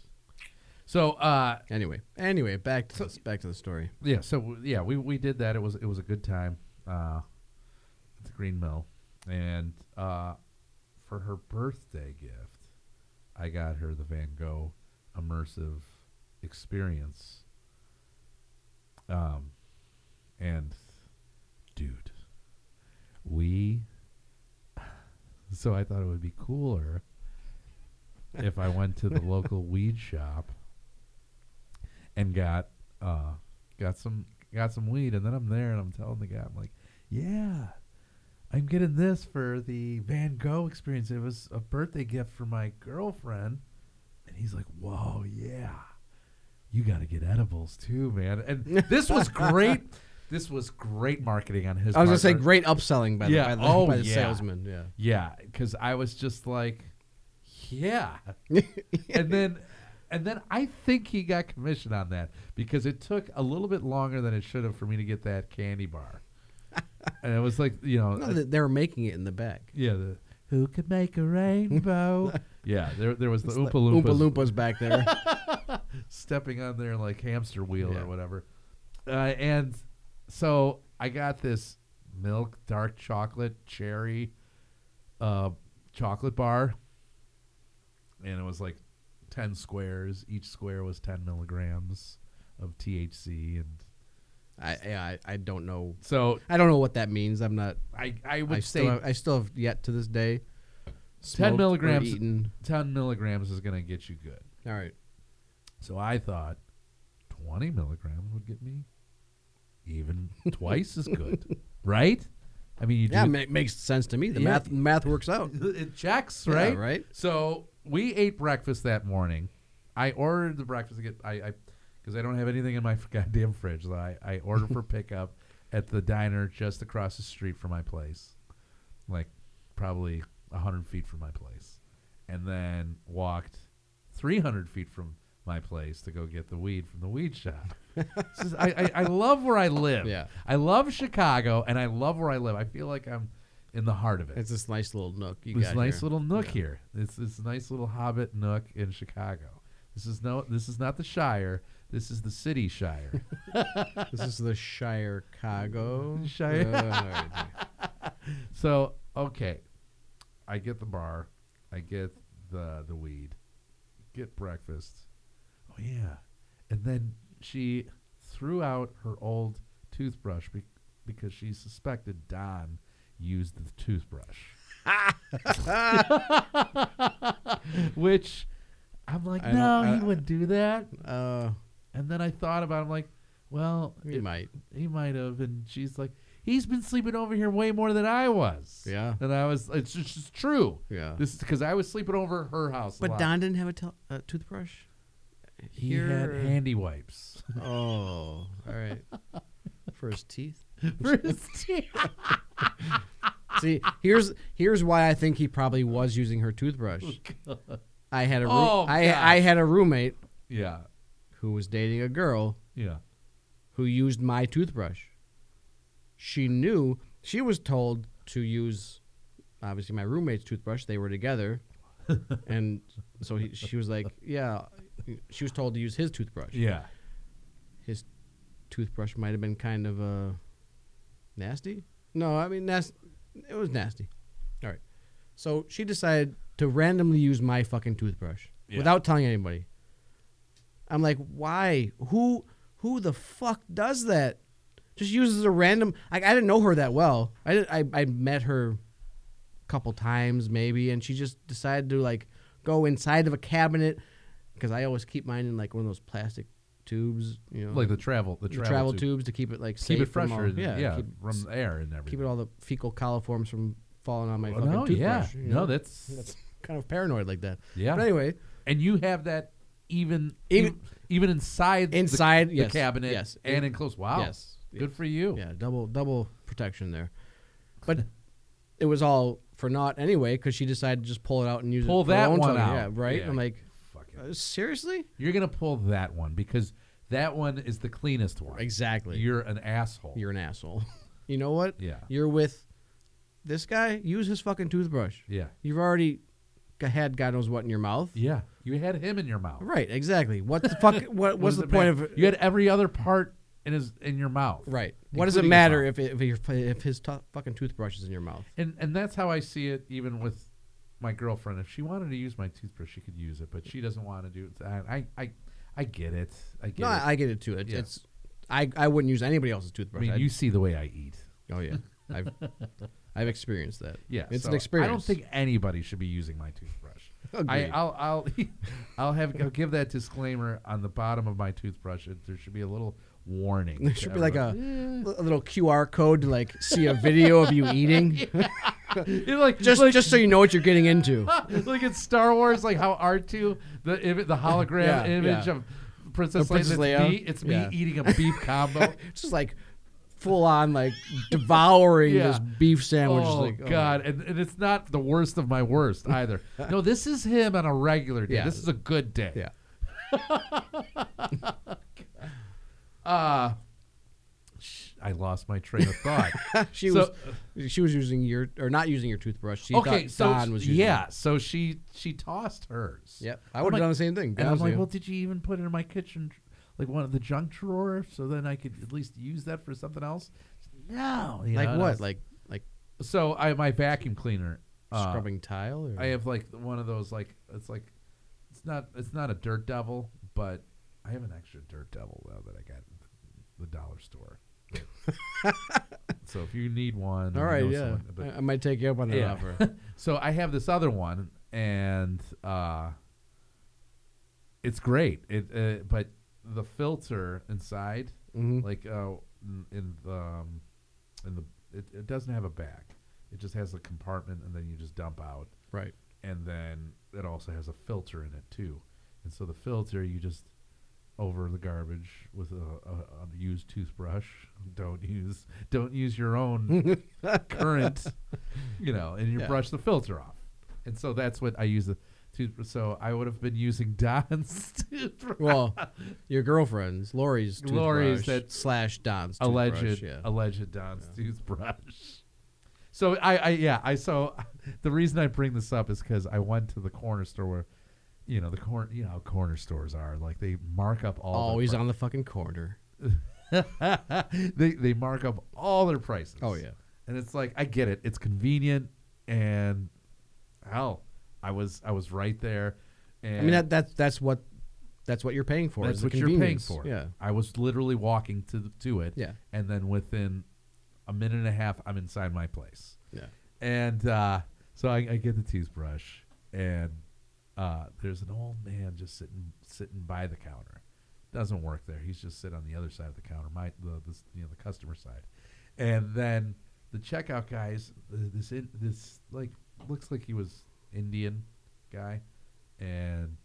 Speaker 2: So uh,
Speaker 1: Anyway, anyway, back to the, back to the story.
Speaker 2: yeah, so w- yeah, we, we did that. It was it was a good time uh, at the Green Mill, and uh, for her birthday gift, I got her the Van Gogh immersive experience. Um, and dude, we. So I thought it would be cooler if I
Speaker 1: <laughs>
Speaker 2: went to the local weed shop and got uh got some got some weed and then I'm there and I'm telling the guy I'm like, "Yeah, I'm getting this for the Van Gogh experience. It was a birthday gift for my girlfriend." And he's like, "Whoa, yeah. You got to get edibles too, man." And this was
Speaker 1: <laughs>
Speaker 2: great. This was great marketing on his
Speaker 1: I was gonna
Speaker 2: part,
Speaker 1: say
Speaker 2: or-
Speaker 1: great upselling by the by
Speaker 2: Yeah,
Speaker 1: the,
Speaker 2: oh,
Speaker 1: by the
Speaker 2: yeah.
Speaker 1: salesman. Yeah.
Speaker 2: yeah, because I was just like,
Speaker 1: <laughs>
Speaker 2: yeah. and then, and then I think he got commission on that because it took a little bit longer than it should have for me to get that candy bar. and it was like, you know,
Speaker 1: <laughs> No, they- they were making it in the back.
Speaker 2: yeah, the, who could make
Speaker 1: <laughs>
Speaker 2: a rainbow? yeah, there, there was the Oompa
Speaker 1: Oompa
Speaker 2: Loompas
Speaker 1: Loompas back <laughs> there.
Speaker 2: stepping on there like hamster wheel
Speaker 1: Yeah.
Speaker 2: or whatever. Uh, and so I got this milk dark chocolate cherry uh, chocolate bar, and it was like ten squares. Each square was ten milligrams of THC, and
Speaker 1: I, yeah, I I don't know.
Speaker 2: so
Speaker 1: I don't know what that means. I'm not.
Speaker 2: I I would
Speaker 1: I
Speaker 2: say
Speaker 1: still have, I still have yet to this day. smoked or
Speaker 2: milligrams.
Speaker 1: Eaten.
Speaker 2: ten milligrams is gonna get you good.
Speaker 1: All right.
Speaker 2: So I thought 20 milligrams would get me even twice as good, right? I mean, you
Speaker 1: Yeah,
Speaker 2: do,
Speaker 1: ma- makes sense to me. The
Speaker 2: Yeah.
Speaker 1: math math works out.
Speaker 2: it checks,
Speaker 1: Yeah,
Speaker 2: right?
Speaker 1: right.
Speaker 2: So we ate breakfast that morning. I ordered the breakfast again. I, I, because I don't have anything in my <laughs> goddamn fridge. So I, I ordered
Speaker 1: <laughs>
Speaker 2: for pickup at the diner just across the street from my place, like probably hundred feet from my place, and then walked three hundred feet from my place to go get the weed from the
Speaker 1: <laughs>
Speaker 2: weed shop. This is- I, I, I love where I live.
Speaker 1: Yeah.
Speaker 2: I love Chicago, and I love where I live. I feel like I'm in the heart of it
Speaker 1: It's this nice little nook you
Speaker 2: this
Speaker 1: got
Speaker 2: nice
Speaker 1: here.
Speaker 2: little nook here. This this nice little hobbit nook in Chicago. This is no this is not the Shire. This is the city Shire.
Speaker 1: This is the Shire <laughs> Chicago.
Speaker 2: Shire.
Speaker 1: Uh, all right.
Speaker 2: so okay, I get the bar, I get the the weed, get breakfast. Oh yeah, and then she threw out her old toothbrush be- because she suspected Don used the toothbrush.
Speaker 1: <laughs>
Speaker 2: Which I'm like,
Speaker 1: I don't-
Speaker 2: no,
Speaker 1: I-
Speaker 2: he wouldn't do that.
Speaker 1: Uh,
Speaker 2: And then I thought about it. I'm like, well,
Speaker 1: you
Speaker 2: it-
Speaker 1: might.
Speaker 2: he might have. And she's like, he's been sleeping over here way more than I was.
Speaker 1: Yeah.
Speaker 2: And I was, it's just it's true.
Speaker 1: Yeah.
Speaker 2: This is because I was sleeping over at her house. a
Speaker 1: But
Speaker 2: lot.
Speaker 1: Don didn't have a tel- uh, toothbrush.
Speaker 2: he
Speaker 1: here-
Speaker 2: had handy wipes.
Speaker 1: <laughs> Oh, all right. For his teeth.
Speaker 2: For his teeth.
Speaker 1: <laughs> See, here's here's why I think he probably was using her toothbrush. I had a roo-
Speaker 2: Oh, God.
Speaker 1: I, I had a roommate
Speaker 2: yeah,
Speaker 1: who was dating a girl
Speaker 2: yeah.
Speaker 1: who used my toothbrush. She knew she was told to use obviously my roommate's toothbrush. They were
Speaker 2: <laughs>
Speaker 1: together, and so he, she was like, "Yeah." She was told to use his toothbrush.
Speaker 2: Yeah.
Speaker 1: His toothbrush might have been kind of uh, nasty. No, I mean nas- It was nasty. All right. So she decided to randomly use my fucking toothbrush
Speaker 2: Yeah.
Speaker 1: without telling anybody. I'm like, why? Who? Who the fuck does that? Just uses a random. I, I didn't know her that well. I, did, I I met her a couple times maybe, and she just decided to like go inside of a cabinet because I always keep mine in like one of those plastic tubes, you know,
Speaker 2: Like the travel, the
Speaker 1: the
Speaker 2: travel, tube.
Speaker 1: tubes to keep it like
Speaker 2: Keep
Speaker 1: safe
Speaker 2: it fresher.
Speaker 1: From all,
Speaker 2: and-
Speaker 1: yeah,
Speaker 2: yeah,
Speaker 1: Keep,
Speaker 2: from air and everything.
Speaker 1: keep it all the fecal coliforms from falling on my
Speaker 2: Well,
Speaker 1: fucking
Speaker 2: no, yeah,
Speaker 1: toothbrush. you know?
Speaker 2: no, that's,
Speaker 1: that's kind of paranoid like that.
Speaker 2: yeah.
Speaker 1: But anyway,
Speaker 2: and you have that even even
Speaker 1: Even-
Speaker 2: even inside
Speaker 1: inside
Speaker 2: the,
Speaker 1: yes,
Speaker 2: the cabinet
Speaker 1: yes,
Speaker 2: and enclosed. Wow,
Speaker 1: yes,
Speaker 2: good for you.
Speaker 1: yeah, double double protection
Speaker 2: <laughs>
Speaker 1: there. But it was all for naught anyway because she decided to just pull it out and use
Speaker 2: Pull
Speaker 1: it. for
Speaker 2: that
Speaker 1: her own
Speaker 2: one
Speaker 1: tummy.
Speaker 2: out.
Speaker 1: yeah, right.
Speaker 2: Yeah.
Speaker 1: I'm like,
Speaker 2: Fuck it.
Speaker 1: uh, seriously?
Speaker 2: You're gonna pull that one because that one is the cleanest one.
Speaker 1: Exactly.
Speaker 2: You're an asshole.
Speaker 1: You're an asshole. <laughs> you know what?
Speaker 2: yeah,
Speaker 1: You're with this guy. Use his fucking toothbrush.
Speaker 2: yeah,
Speaker 1: You've already g- had God knows what in your mouth.
Speaker 2: yeah. You had him in your mouth.
Speaker 1: Right, exactly. What
Speaker 2: <laughs>
Speaker 1: the fuck? What,
Speaker 2: What
Speaker 1: what's
Speaker 2: does
Speaker 1: the
Speaker 2: it
Speaker 1: point
Speaker 2: matter?
Speaker 1: of
Speaker 2: You had every other part in his in your mouth.
Speaker 1: Right. What does it
Speaker 2: Including
Speaker 1: matter
Speaker 2: your
Speaker 1: if it, if, your, if his to fucking toothbrush is in your mouth?
Speaker 2: And and that's how I see it. Even with my girlfriend, if she wanted to use my toothbrush, she could use it, but she doesn't want to do it. I I I, I get it. I get
Speaker 1: no,
Speaker 2: it.
Speaker 1: I, I get it too. It's,
Speaker 2: Yeah.
Speaker 1: it's I, I wouldn't use anybody else's toothbrush.
Speaker 2: I mean,
Speaker 1: I'd-
Speaker 2: you see the way I eat.
Speaker 1: oh yeah,
Speaker 2: <laughs>
Speaker 1: I've I've experienced that.
Speaker 2: Yeah,
Speaker 1: it's
Speaker 2: so
Speaker 1: an experience.
Speaker 2: I
Speaker 1: <laughs>
Speaker 2: don't think anybody should be using my toothbrush. I,
Speaker 1: Agreed.
Speaker 2: I'll I'll <laughs> I'll have I'll give that disclaimer on the bottom of my toothbrush. It, there should be a little warning.
Speaker 1: there
Speaker 2: to
Speaker 1: should be like a,
Speaker 2: everyone.
Speaker 1: a little QR code to like see a video of
Speaker 2: <laughs>
Speaker 1: you eating,
Speaker 2: It like
Speaker 1: just
Speaker 2: like,
Speaker 1: just so you know what you're getting into.
Speaker 2: <laughs> like in Star Wars, like how R two the ima- the hologram
Speaker 1: Yeah,
Speaker 2: image
Speaker 1: yeah.
Speaker 2: of Princess,
Speaker 1: Of Princess
Speaker 2: Leia.
Speaker 1: Leia.
Speaker 2: It's me, it's
Speaker 1: Yeah.
Speaker 2: me eating a
Speaker 1: <laughs>
Speaker 2: beef combo.
Speaker 1: It's just like full on
Speaker 2: <laughs>
Speaker 1: like devouring
Speaker 2: Yeah.
Speaker 1: this beef sandwich.
Speaker 2: Oh
Speaker 1: like,
Speaker 2: God! And, and it's not the worst of my worst
Speaker 1: <laughs>
Speaker 2: either. no, this is him on a regular day.
Speaker 1: Yeah.
Speaker 2: This is a good day.
Speaker 1: Yeah.
Speaker 2: Uh sh- I lost my train
Speaker 1: <laughs>
Speaker 2: of thought.
Speaker 1: she
Speaker 2: So-
Speaker 1: was she was using your or not using your toothbrush. She
Speaker 2: okay,
Speaker 1: thought
Speaker 2: so
Speaker 1: Don was using
Speaker 2: yeah,
Speaker 1: it.
Speaker 2: so she she tossed hers.
Speaker 1: Yep. I
Speaker 2: I'm
Speaker 1: would have
Speaker 2: like-
Speaker 1: done the same thing.
Speaker 2: And I'm like,
Speaker 1: honestly.
Speaker 2: well, did you even put it in my kitchen, tr- like one of the junk drawer, so then I could at least use that for something else? No, you know,
Speaker 1: like
Speaker 2: and I
Speaker 1: what?
Speaker 2: was-
Speaker 1: Like like
Speaker 2: so I my vacuum cleaner. uh,
Speaker 1: scrubbing tile or
Speaker 2: I have like one of those like it's like it's not it's not a dirt devil, but I have an extra dirt devil though that I got at the
Speaker 1: <laughs>
Speaker 2: dollar store. so if you need one,
Speaker 1: All
Speaker 2: you
Speaker 1: right,
Speaker 2: know
Speaker 1: yeah.
Speaker 2: someone- but-
Speaker 1: I, I might take you up on that
Speaker 2: Yeah. <laughs>
Speaker 1: offer.
Speaker 2: so I have this other one, and uh, it's great. It uh, but the filter inside,
Speaker 1: hmm
Speaker 2: like uh, in- in the um, in the it, it doesn't have a back. It just has a compartment, and then you just dump out,
Speaker 1: Right.
Speaker 2: and then it also has a filter in it too. And so the filter, you just over the garbage with a, a, a used toothbrush. <laughs> Don't use don't use your own current, you know, and you
Speaker 1: Yeah.
Speaker 2: brush the filter off. And so that's what I use the toothbrush. So I would have been using <laughs> Don's toothbrush.
Speaker 1: Well, your girlfriend's Lori's toothbrush
Speaker 2: Lori's that-
Speaker 1: slash Don's toothbrush,
Speaker 2: alleged
Speaker 1: Yeah.
Speaker 2: alleged Don's toothbrush. <laughs> So I, I yeah I so <laughs> the reason I bring this up is because I went to the corner store where, you know the corner you know how corner stores are like they mark up all
Speaker 1: Always
Speaker 2: their
Speaker 1: on the fucking corner.
Speaker 2: pri- <laughs> they they mark up all their prices.
Speaker 1: Oh yeah.
Speaker 2: and it's like I get it. It's convenient and hell, I was I was right there. And
Speaker 1: I mean that that's that's what that's what you're paying for.
Speaker 2: that's
Speaker 1: is the
Speaker 2: what you're paying
Speaker 1: convenience.
Speaker 2: for.
Speaker 1: Yeah.
Speaker 2: I was literally walking to the, to it.
Speaker 1: Yeah.
Speaker 2: and then within a minute and a half, I'm inside my place.
Speaker 1: Yeah.
Speaker 2: And uh, so I, I get the toothbrush, and uh, there's an old man just sitting sitting by the counter. Doesn't work there. He's just sitting on the other side of the counter, my the, the s- you know the customer side. And then the checkout guys, uh, this in, this like looks like he was Indian guy, and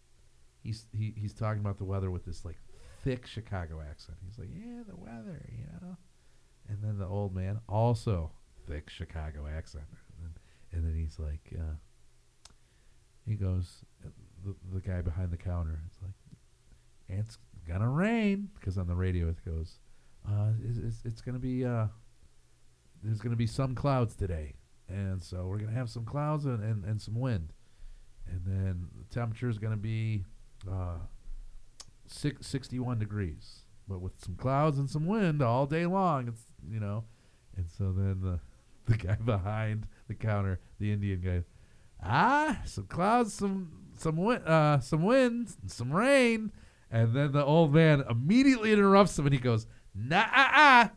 Speaker 2: he's he, he's talking about the weather with this like thick Chicago accent. He's like, yeah, the weather, you know. And then the old man also thick Chicago accent. And, and then he's like, uh, he goes, the, the guy behind the counter, it's like, and it's gonna rain because on the radio it goes, uh, it's, it's, it's gonna be uh, there's gonna be some clouds today, and so we're gonna have some clouds and, and, and some wind, and then the temperature is gonna be uh, six, 61 degrees, but with some clouds and some wind all day long. It's you know, and so then the the guy behind the counter, the Indian guy, ah, some clouds, some some wind, uh, some wind, some rain. And then the old man immediately interrupts him and he goes, nah, ah, ah.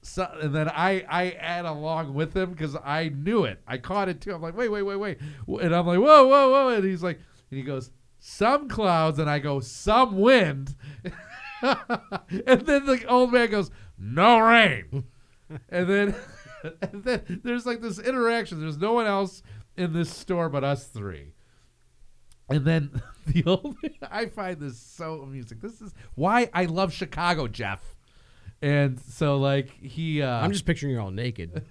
Speaker 2: So, and then I, I add along with him because I knew it. I caught it too. I'm like, wait, wait, wait, wait. And I'm like, whoa, whoa, whoa. And he's like, and he goes, some clouds. And I go, some wind. <laughs> and then the old man goes, no rain. and then. <laughs> And then there's like this interaction. There's no one else in this store but us three. And then <laughs> the old I find this so amusing. This is why I love Chicago, Jeff. And so like he uh
Speaker 1: I'm just picturing you all
Speaker 2: <laughs>
Speaker 1: naked.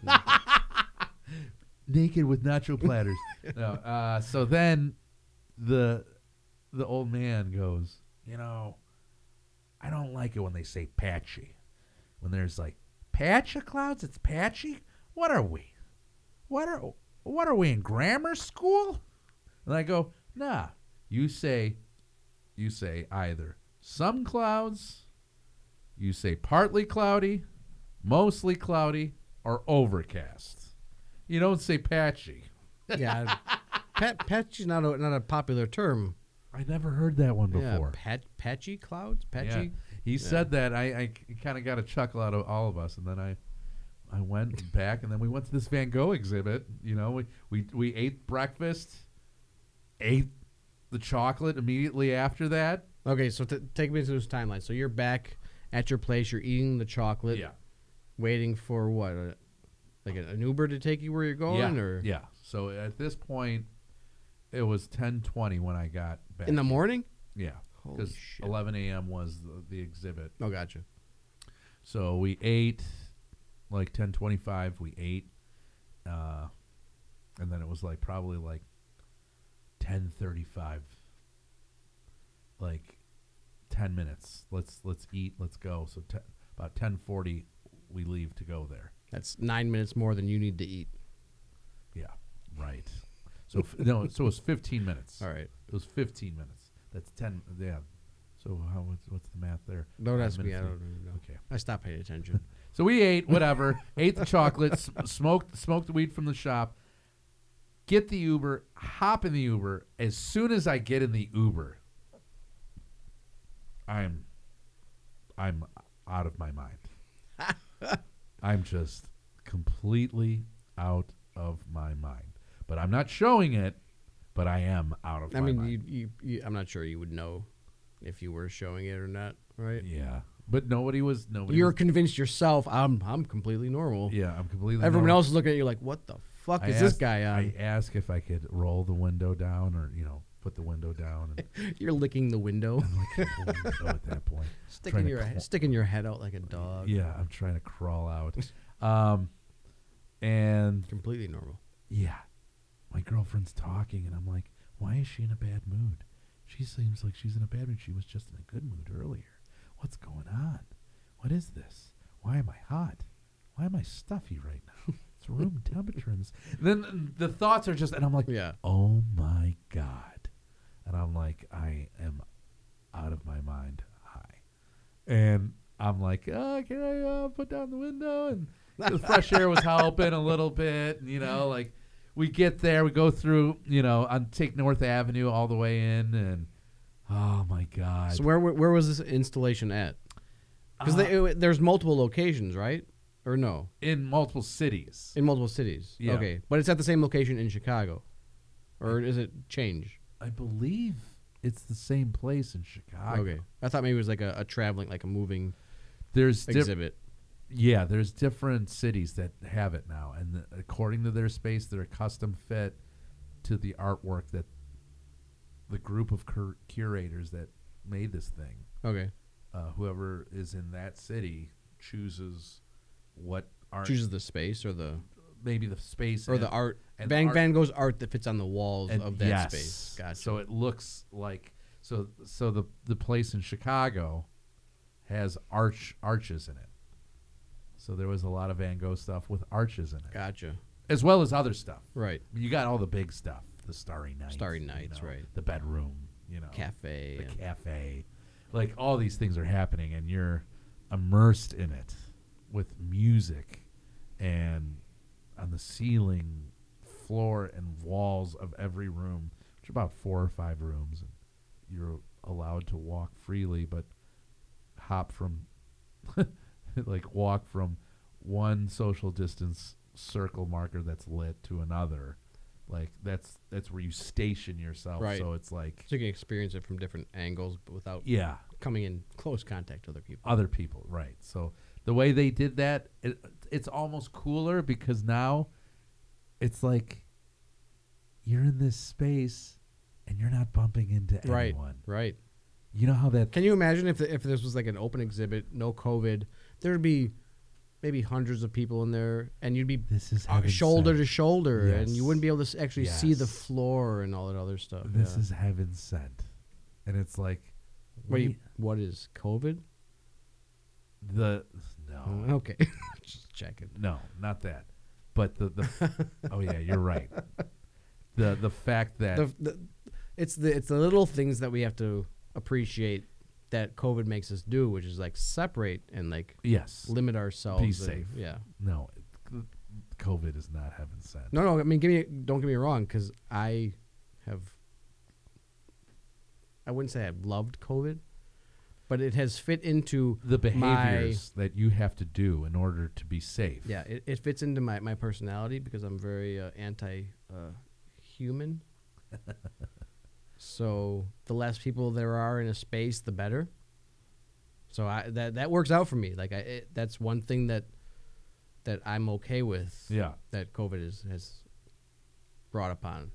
Speaker 2: naked with nacho platters. no, uh so then the the old man goes, you know, I don't like it when they say patchy. When there's like patch of clouds, it's patchy? What are we? What are what are we in grammar school? And I go, Nah, you say, you say either some clouds, you say partly cloudy, mostly cloudy, or overcast. You don't say patchy.
Speaker 1: Yeah, pat, patchy's not a, not a popular term.
Speaker 2: I never heard that one before.
Speaker 1: Yeah, pat, patchy clouds, patchy.
Speaker 2: Yeah. He yeah. said that. I, I kind of got a chuckle out of all of us, and then I. I went back, and then we went to this Van Gogh exhibit. You know, we, we, we ate breakfast ate the chocolate immediately after that.
Speaker 1: Okay, so t- take me through this timeline. So you're back at your place. You're eating the chocolate.
Speaker 2: Yeah.
Speaker 1: Waiting for what? A, like an Uber to take you where you're going,
Speaker 2: yeah,
Speaker 1: or
Speaker 2: yeah. So at this point, it was ten twenty when I got back
Speaker 1: in the morning.
Speaker 2: Yeah,
Speaker 1: holy shit.
Speaker 2: Eleven a.m. was the, the exhibit.
Speaker 1: Oh, gotcha.
Speaker 2: So we ate like ten twenty five. We ate, uh, and then it was like probably like ten thirty five. Like ten minutes. Let's let's eat. Let's go. So ten, about ten forty, we leave to go there.
Speaker 1: That's nine minutes more than you need to eat.
Speaker 2: Yeah, right. So f- no, so it's fifteen minutes.
Speaker 1: All right,
Speaker 2: it was fifteen minutes. That's ten. Yeah. So how what's, what's the math there?
Speaker 1: Don't
Speaker 2: Nine
Speaker 1: ask me. I
Speaker 2: minutes
Speaker 1: don't
Speaker 2: in-
Speaker 1: know.
Speaker 2: Okay.
Speaker 1: I stopped paying
Speaker 2: <laughs>
Speaker 1: attention.
Speaker 2: So we ate whatever, <laughs> ate the chocolate, s- smoked smoked weed from the shop. Get the Uber, hop in the Uber. As soon as I get in the Uber, I'm I'm out of my
Speaker 1: <laughs>
Speaker 2: mind. I'm just completely out of my mind. But I'm not showing it, but I am out of
Speaker 1: I
Speaker 2: my
Speaker 1: mean,
Speaker 2: mind.
Speaker 1: you, you, you, I'm not sure you would know if you were showing it or not, right?
Speaker 2: yeah. But nobody was nobody
Speaker 1: You're
Speaker 2: was-
Speaker 1: convinced yourself. I'm I'm completely normal.
Speaker 2: Yeah, I'm completely
Speaker 1: Everyone
Speaker 2: normal.
Speaker 1: else is looking at you like, what the fuck
Speaker 2: I
Speaker 1: is this
Speaker 2: asked-
Speaker 1: guy on?
Speaker 2: I asked if I could roll the window down or, you know, put the window down and
Speaker 1: <laughs> You're licking the
Speaker 2: <laughs>
Speaker 1: window, <laughs>
Speaker 2: like, roll the window at that point.
Speaker 1: sticking
Speaker 2: to
Speaker 1: your
Speaker 2: cl-
Speaker 1: head sticking your head out like a dog.
Speaker 2: Yeah, I'm trying to
Speaker 1: <laughs>
Speaker 2: crawl out. Um, and
Speaker 1: completely
Speaker 2: <laughs>
Speaker 1: normal.
Speaker 2: yeah, my girlfriend's talking, and I'm like, why is she in a bad mood? She seems like she's in a bad mood. She was just in a good mood earlier. What's going on? What is this? Why am I hot? Why am I stuffy right now? <laughs> It's room temperature. And this. Then the thoughts are just, and I'm like,
Speaker 1: Yeah.
Speaker 2: oh my God. And I'm like, I am out of my mind high. And I'm like, oh, can I uh, put down the window? And the fresh air was helping a little bit. And, you know, like we get there, we go through, you know, on take North Avenue all the way in. And oh my God.
Speaker 1: So where where where was this installation at? Because
Speaker 2: Uh,
Speaker 1: there's multiple locations, right? Or no,
Speaker 2: in multiple cities.
Speaker 1: in multiple cities.
Speaker 2: Yeah.
Speaker 1: Okay, but it's at the same location in Chicago, or is it change?
Speaker 2: I believe it's the same place in Chicago.
Speaker 1: okay, I thought maybe it was like a, a traveling, like a moving
Speaker 2: There's different.
Speaker 1: exhibit.
Speaker 2: Yeah, there's different cities that have it now, and the, according to their space, they're custom fit to the artwork that the group of cur- curators that made this thing,
Speaker 1: Okay,
Speaker 2: uh, whoever is in that city, chooses what art,
Speaker 1: chooses the space or the
Speaker 2: maybe the space
Speaker 1: or
Speaker 2: and-
Speaker 1: the art.
Speaker 2: and
Speaker 1: Van
Speaker 2: art-
Speaker 1: Van Gogh's art that fits on the walls
Speaker 2: and-
Speaker 1: of that
Speaker 2: yes.
Speaker 1: space. Gotcha.
Speaker 2: So it looks like so so the the place in Chicago has arch arches in it. So there was a lot of Van Gogh stuff with arches in it,
Speaker 1: gotcha.
Speaker 2: as well as other stuff.
Speaker 1: Right.
Speaker 2: You got all the big stuff, the Starry Night,
Speaker 1: Starry
Speaker 2: you
Speaker 1: Nights,
Speaker 2: know,
Speaker 1: right.
Speaker 2: The bedroom, you know,
Speaker 1: Cafe.
Speaker 2: the
Speaker 1: and-
Speaker 2: cafe, like all these things are happening, and you're immersed in it with music and on the ceiling, floor, and walls of every room, which are about four or five rooms. And you're allowed to walk freely, but hop from <laughs> like walk from one social distance circle marker that's lit to another like that's that's where you station yourself
Speaker 1: Right.
Speaker 2: so it's like
Speaker 1: So you can experience it from different angles, but without
Speaker 2: yeah
Speaker 1: coming in close contact with other people.
Speaker 2: other people, right? So the way they did that, it, it's almost cooler because now it's like you're in this space and you're not bumping into
Speaker 1: right.
Speaker 2: anyone.
Speaker 1: Right.
Speaker 2: You know how that
Speaker 1: Can you imagine if if this was like an open exhibit, no COVID, there'd be maybe hundreds of people in there, and you'd be
Speaker 2: this is
Speaker 1: uh,
Speaker 2: heaven
Speaker 1: shoulder
Speaker 2: sent.
Speaker 1: to shoulder, and you
Speaker 2: Yes.
Speaker 1: wouldn't be able to s- actually see the
Speaker 2: Yes.
Speaker 1: floor and all that other stuff.
Speaker 2: This
Speaker 1: yeah.
Speaker 2: is heaven sent, and it's like
Speaker 1: What, do you-
Speaker 2: we-
Speaker 1: what is COVID?
Speaker 2: the no
Speaker 1: Oh, okay, <laughs> just checking.
Speaker 2: no not that, but
Speaker 1: <laughs>
Speaker 2: the the oh yeah you're right. The the fact that
Speaker 1: The, the, it's the it's the little things that we have to appreciate that COVID makes us do, which is like separate and like
Speaker 2: yes
Speaker 1: limit ourselves. and-
Speaker 2: safe.
Speaker 1: Yeah.
Speaker 2: no COVID is not heaven sent.
Speaker 1: No, no. I mean, give me. Don't get me wrong, because I have. I wouldn't say I've loved COVID, but it has fit into
Speaker 2: the
Speaker 1: my-
Speaker 2: behaviors that you have to do in order to be safe.
Speaker 1: Yeah, it, it fits into my, my personality because I'm very uh, anti uh, human. so the less people there are in a space, the better. So I that that works out for me. Like I, it, that's one thing that that I'm okay with.
Speaker 2: Yeah.
Speaker 1: That COVID is has brought upon.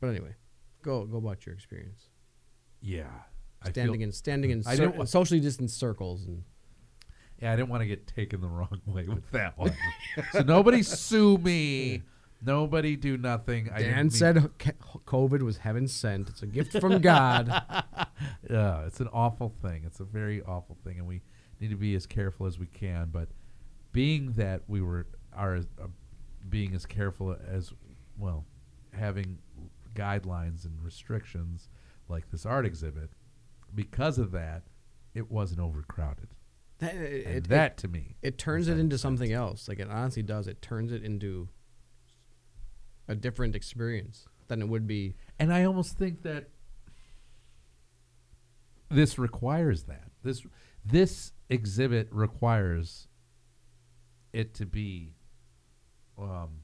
Speaker 1: But anyway, go go about your experience.
Speaker 2: Yeah. I
Speaker 1: Standing
Speaker 2: feel-
Speaker 1: in standing in
Speaker 2: I
Speaker 1: cir-
Speaker 2: don't wa-
Speaker 1: socially distanced circles and
Speaker 2: Yeah, I didn't want to get taken the wrong <laughs> way with
Speaker 1: <laughs>
Speaker 2: that one. so nobody sue me. Nobody do nothing. I didn't
Speaker 1: Dan
Speaker 2: mean-
Speaker 1: said c- COVID was heaven sent. It's a gift from God.
Speaker 2: Yeah, it's an awful thing. It's a very awful thing, and we need to be as careful as we can. But being that we were are uh, being as careful as well, having guidelines and restrictions like this art exhibit, because of that, it wasn't overcrowded.
Speaker 1: <laughs> That,
Speaker 2: And
Speaker 1: it,
Speaker 2: that to me,
Speaker 1: it, it turns it into something else. Like it honestly does. It turns it into a different experience than it would be.
Speaker 2: and I almost think that this requires that this this exhibit requires it to be um,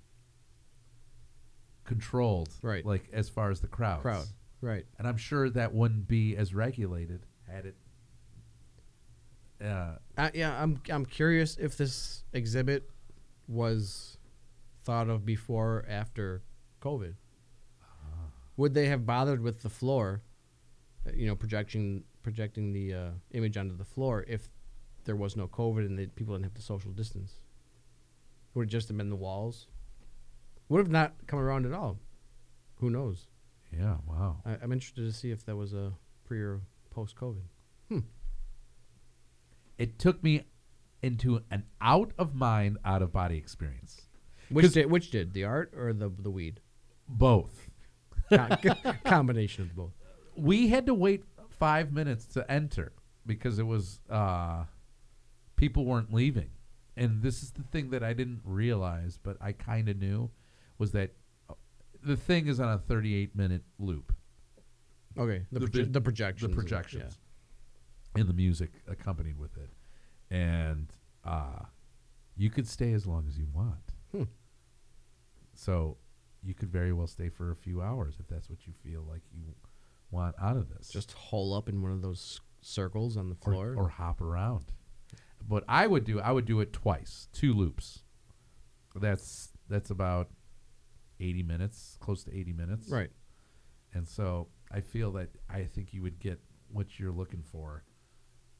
Speaker 2: controlled,
Speaker 1: Right.
Speaker 2: Like as far as the crowds,
Speaker 1: Crowd. Right.
Speaker 2: and I'm sure that wouldn't be as regulated had it. Uh,
Speaker 1: I, yeah, I'm I'm curious if this exhibit was thought of before or after COVID. Would they have bothered with the floor, uh, you know, projecting projecting the uh, image onto the floor if there was no COVID and the people didn't have to social distance? Would it just have been the walls? Would have not come around at all. Who knows?
Speaker 2: yeah, wow.
Speaker 1: I, I'm interested to see if that was a pre or post COVID.
Speaker 2: It took me into an out of mind, out of body experience.
Speaker 1: Which
Speaker 2: 'Cause-
Speaker 1: did, which did the art or the the weed?
Speaker 2: Both.
Speaker 1: <laughs> Com- combination of both.
Speaker 2: we had to wait five minutes to enter because it was uh, people weren't leaving and this is the thing that i didn't realize but i kind of knew was that uh, the thing is on a 38 minute loop
Speaker 1: Okay, the
Speaker 2: The
Speaker 1: the,
Speaker 2: big-
Speaker 1: the projections.
Speaker 2: the
Speaker 1: and-
Speaker 2: projections and the music accompanied with it and uh, you could stay as long as you want
Speaker 1: Hmm.
Speaker 2: so you could very well stay for a few hours if that's what you feel like you want out of this
Speaker 1: yeah. Just hole up in one of those circles on the
Speaker 2: or,
Speaker 1: floor.
Speaker 2: or hop around. But I would do I would do it twice, two loops. That's that's about 80 minutes, close to 80 minutes.
Speaker 1: right.
Speaker 2: And so I feel that I think you would get what you're looking for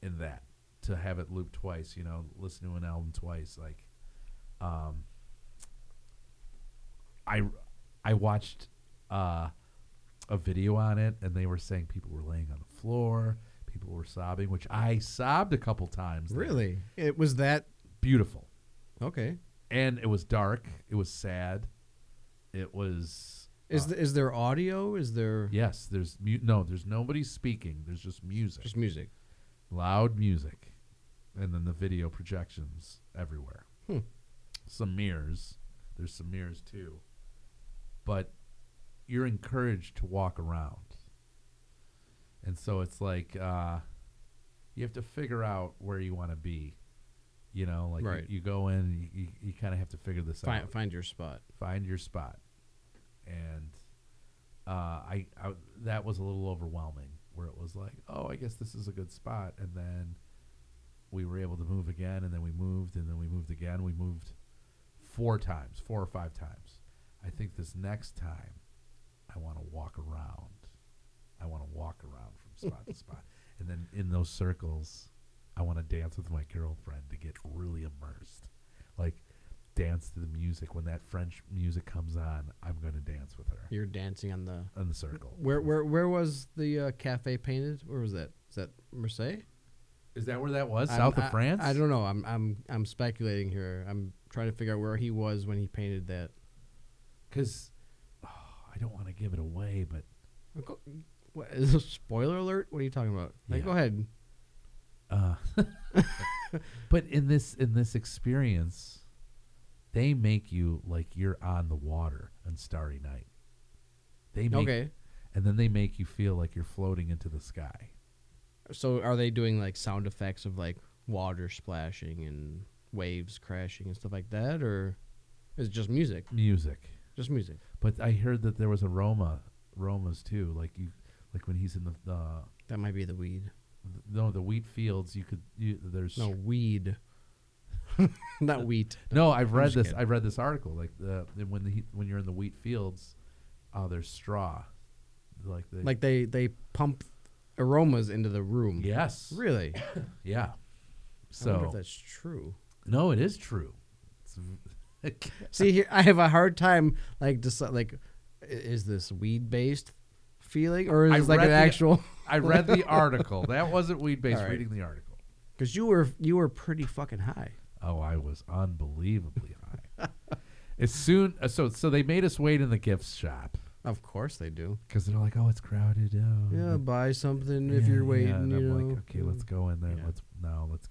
Speaker 2: in that to have it loop twice. You know, listen to an album twice. Like, um, I I watched uh, a video on it, and they were saying people were laying on the floor, people were sobbing, which I sobbed a couple times. there.
Speaker 1: Really? It was that
Speaker 2: beautiful,
Speaker 1: okay.
Speaker 2: and it was dark. It was sad. It was.
Speaker 1: Is
Speaker 2: uh,
Speaker 1: th- is there audio? Is there
Speaker 2: yes? There's mu- no. There's nobody speaking. There's just music.
Speaker 1: just music?
Speaker 2: loud music, and then the video projections everywhere.
Speaker 1: Hmm.
Speaker 2: Some mirrors. There's some mirrors too. But you're encouraged to walk around. And so it's like uh, you have to figure out where you want to be. You know, like you-
Speaker 1: Right.
Speaker 2: you, go in, and you, you, you kind of have to figure this
Speaker 1: Find
Speaker 2: out
Speaker 1: find your spot.
Speaker 2: find your spot and uh, I, I that was a little overwhelming where it was like oh i guess this is a good spot and then we were able to move again and then we moved and then we moved again we moved four times four or five times i think this next time i want to walk around i want to walk around from spot to spot and then in those circles i want to dance with my girlfriend to get really immersed like dance to the music when that french music comes on i'm going to dance with her
Speaker 1: You're dancing on the
Speaker 2: in the circle
Speaker 1: where where where was the uh, cafe painted? Where was that? Is that Marseille?
Speaker 2: is that where that was
Speaker 1: I'm-
Speaker 2: south
Speaker 1: I-
Speaker 2: of france
Speaker 1: I don't know. I'm I'm I'm speculating here. I'm trying to figure out where he was when he painted that.
Speaker 2: because oh, i don't want to give it away but
Speaker 1: Go- What <laughs> is a spoiler alert? What are you talking about? Like,
Speaker 2: Yeah.
Speaker 1: go ahead.
Speaker 2: Uh, <laughs> but in this in this experience, they make you like you're on the water on Starry Night. They make,
Speaker 1: Okay.
Speaker 2: and then they make you feel like you're floating into the sky.
Speaker 1: So are they doing like sound effects of like water splashing and waves crashing and stuff like that, or is it just music?
Speaker 2: Music,
Speaker 1: Just music.
Speaker 2: but I heard that there was aroma, aromas too. Like you, like when he's in the uh,
Speaker 1: That might be the weed.
Speaker 2: no the wheat fields. You could you, there's
Speaker 1: No weed. <laughs> Not wheat.
Speaker 2: No, I've read
Speaker 1: just
Speaker 2: this.
Speaker 1: kidding.
Speaker 2: I've read this article. Like the when the heat- when you're in the wheat fields, uh, there's straw, like the
Speaker 1: Like they they pump aromas into the room.
Speaker 2: yes,
Speaker 1: <laughs> Really.
Speaker 2: yeah.
Speaker 1: I wonder
Speaker 2: So
Speaker 1: if that's <laughs> true.
Speaker 2: no, it is true. It's v-
Speaker 1: See, here, I have a hard time like just like i- is this weed based feeling or
Speaker 2: I
Speaker 1: is it like
Speaker 2: read
Speaker 1: an
Speaker 2: the-
Speaker 1: <laughs> actual?
Speaker 2: I read the article. That wasn't weed based.
Speaker 1: All right.
Speaker 2: Reading the article.
Speaker 1: Because you were you were pretty fucking high.
Speaker 2: Oh, I was unbelievably high. as soon uh, so so they made us wait in the gift shop
Speaker 1: Of course they do.
Speaker 2: because they're like, oh, it's crowded. Oh,
Speaker 1: Yeah,
Speaker 2: the
Speaker 1: buy something if
Speaker 2: Yeah,
Speaker 1: you're
Speaker 2: yeah,
Speaker 1: waiting.
Speaker 2: and
Speaker 1: you
Speaker 2: I'm
Speaker 1: know.
Speaker 2: like, okay, let's go in there.
Speaker 1: Yeah.
Speaker 2: Let's now let's,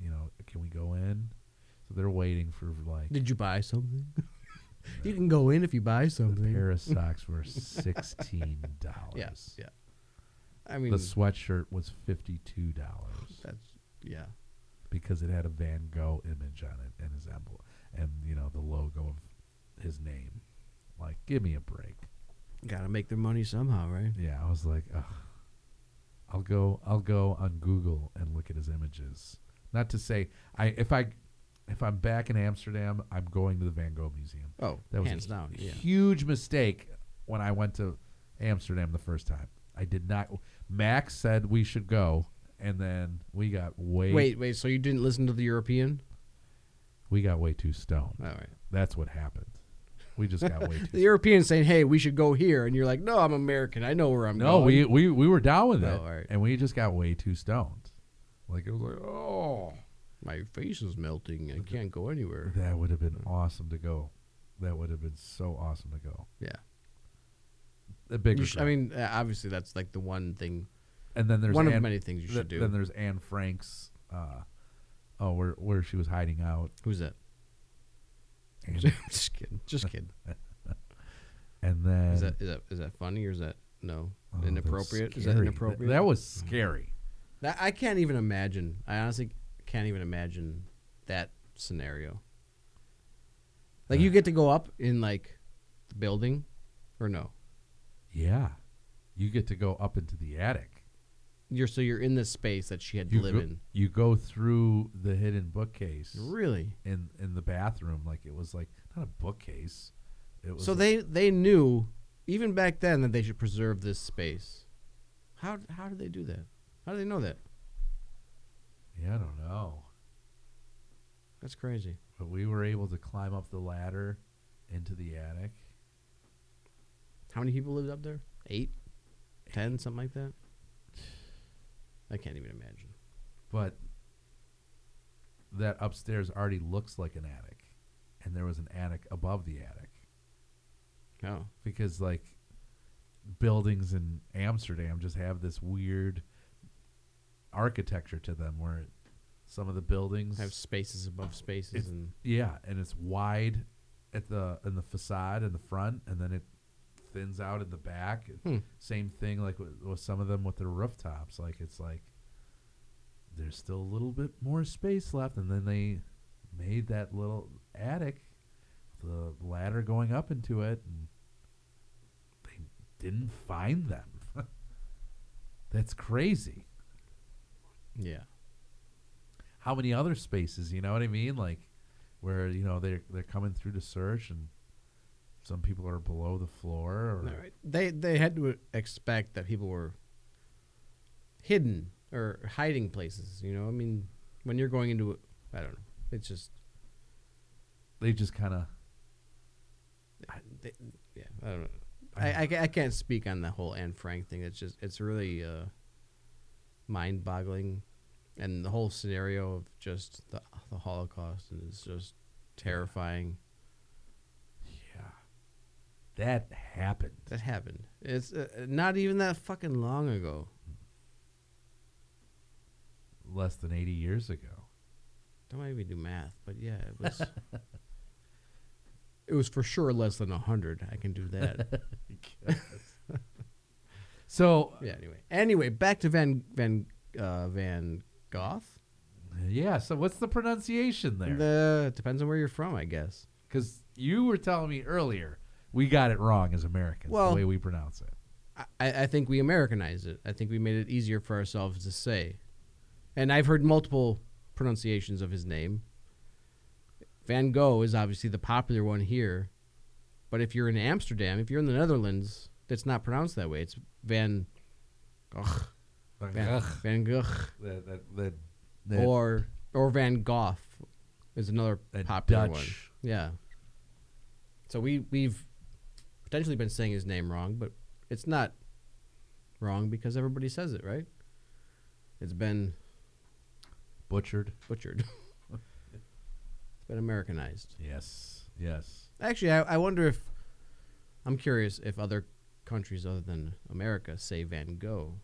Speaker 2: you know, can we go in? So they're waiting for like
Speaker 1: Mm. Did you buy something?
Speaker 2: <laughs>
Speaker 1: you can go in if you buy
Speaker 2: the
Speaker 1: something. <laughs>
Speaker 2: pair of socks were sixteen dollars.
Speaker 1: Yes. Yeah. I
Speaker 2: The
Speaker 1: mean,
Speaker 2: sweatshirt was fifty two dollars
Speaker 1: that's yeah.
Speaker 2: because it had a Van Gogh image on it and his emblem and you know the logo of his name. Like, give me a break.
Speaker 1: Gotta make their money somehow, right?
Speaker 2: Yeah, I was like, Ugh. I'll go, I'll go on Google and look at his images. Not to say I, if I, if I'm back in Amsterdam, I'm going to the Van Gogh Museum.
Speaker 1: Oh,
Speaker 2: That was
Speaker 1: hands
Speaker 2: a
Speaker 1: down. Yeah.
Speaker 2: huge mistake when I went to Amsterdam the first time. I did not. Max said we should go, and then we got way,
Speaker 1: Wait, wait. So you didn't listen to the European?
Speaker 2: we got way too stoned.
Speaker 1: All right.
Speaker 2: That's what happened. We just
Speaker 1: <laughs>
Speaker 2: got way too.
Speaker 1: The Europeans saying, "Hey, we should go here," and you're like, "No, I'm American. I know where I'm
Speaker 2: No,
Speaker 1: going."
Speaker 2: we, we we were down with
Speaker 1: Oh,
Speaker 2: it,
Speaker 1: all right.
Speaker 2: and we just got way too stoned. Like it was like, oh,
Speaker 1: My face is melting. I can't go
Speaker 2: <laughs>
Speaker 1: anywhere.
Speaker 2: that would have been
Speaker 1: Mm.
Speaker 2: awesome to go. That would have been so awesome to go.
Speaker 1: Yeah.
Speaker 2: The big.
Speaker 1: You sh- I
Speaker 2: regret.
Speaker 1: mean, uh, obviously, that's like the one thing,
Speaker 2: and then there's
Speaker 1: one of
Speaker 2: Anne-
Speaker 1: many things you
Speaker 2: th-
Speaker 1: should do.
Speaker 2: Then there's Anne Frank's. Uh, oh, where where she was
Speaker 1: <laughs>
Speaker 2: hiding out,
Speaker 1: Who's that?
Speaker 2: and,
Speaker 1: <laughs> just kidding. Just kidding.
Speaker 2: and then
Speaker 1: Is that is that is that funny or is that no
Speaker 2: oh, that's
Speaker 1: inappropriate? Is that
Speaker 2: scary. Th-
Speaker 1: inappropriate?
Speaker 2: That was scary.
Speaker 1: That- I can't even imagine. I honestly can't even imagine that scenario. Like you get to go up in like the building, or no?
Speaker 2: Yeah, you get to go up into the attic.
Speaker 1: You're so you're in this space that she had to
Speaker 2: You
Speaker 1: live
Speaker 2: go,
Speaker 1: in.
Speaker 2: you go through the hidden bookcase.
Speaker 1: Really?
Speaker 2: in in the bathroom. Like it was like not a bookcase. It was
Speaker 1: So
Speaker 2: like-
Speaker 1: they they knew even back then that they should preserve this space. How how did they do that? How do they know that?
Speaker 2: Yeah, I don't know.
Speaker 1: That's crazy.
Speaker 2: But we were able to climb up the ladder into the attic.
Speaker 1: How many people lived up there? Eight, ten, something like that. I can't even imagine.
Speaker 2: But that upstairs already looks like an attic. And there was an attic above the attic.
Speaker 1: Oh,
Speaker 2: Because, like, buildings in Amsterdam just have this weird architecture to them where some of the buildings
Speaker 1: have spaces above spaces
Speaker 2: It-
Speaker 1: and
Speaker 2: Yeah, and it's wide at the in the facade in the front, and then it thins out in the back.
Speaker 1: Hmm.
Speaker 2: Same thing like with, with some of them with their rooftops. Like it's like there's still a little bit more space left, and then they made that little attic, the ladder going up into it, and they didn't find them. <laughs> That's crazy
Speaker 1: yeah,
Speaker 2: how many other spaces you know what i mean like where you know they're they're coming through to search and some people are below the floor or
Speaker 1: all right. They they had to expect that people were hidden or hiding places. You know, I mean, when you're going into, I don't know, it's just
Speaker 2: they just kind of
Speaker 1: I- they, yeah, I don't know. I, I, ca- I can't speak on the whole Anne Frank thing. It's just it's really uh, mind boggling, and the whole scenario of just the the Holocaust and it's just terrifying.
Speaker 2: yeah that happened
Speaker 1: That happened. It's uh, not even that fucking long ago.
Speaker 2: less than 80 years ago
Speaker 1: Don't make me do math, but yeah, it was. it was for sure less than hundred. I can do that.
Speaker 2: <laughs> so
Speaker 1: yeah. Anyway. Anyway, back to Van Van uh, Van Gogh.
Speaker 2: yeah so what's the pronunciation there
Speaker 1: The depends on where you're from, I guess.
Speaker 2: because you were telling me earlier we got it wrong as americans
Speaker 1: Well-
Speaker 2: the way we pronounce it
Speaker 1: I, I think we Americanized it. I think we made it easier for ourselves to say. And I've heard multiple pronunciations of his name. Van Gogh is obviously the popular one here. But if you're in Amsterdam, if you're in the Netherlands, that's not pronounced that way. It's Van Gogh. Van, Van Gogh.
Speaker 2: That, that, that, that-
Speaker 1: Or or Van Gogh is another
Speaker 2: that
Speaker 1: popular one.
Speaker 2: Dutch
Speaker 1: Yeah. So we we've potentially been saying his name wrong, but it's not wrong because everybody says it, right? It's been
Speaker 2: butchered
Speaker 1: butchered. <laughs> it's been Americanized.
Speaker 2: yes yes
Speaker 1: Actually, I, I wonder if I'm curious if other countries other than America say Van Gogh.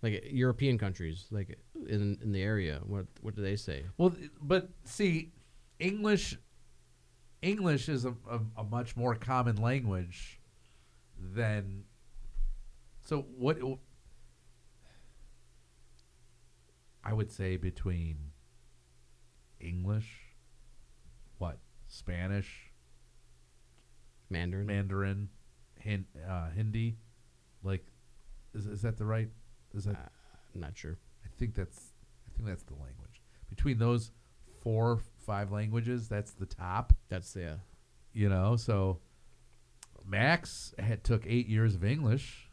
Speaker 1: Like European countries, like in in the area, what what do they say?
Speaker 2: Well, th- but see, English, English is a, a, a much more common language than. So what? I would say between English, what Spanish,
Speaker 1: Mandarin.
Speaker 2: Mandarin, Hin, uh, Hindi, like, is, is that the right? Is that
Speaker 1: Uh, I'm not sure.
Speaker 2: I think that's I think that's the language. Between those four five languages, that's the top,
Speaker 1: That's the uh,
Speaker 2: you know. So Max had took 8 years of English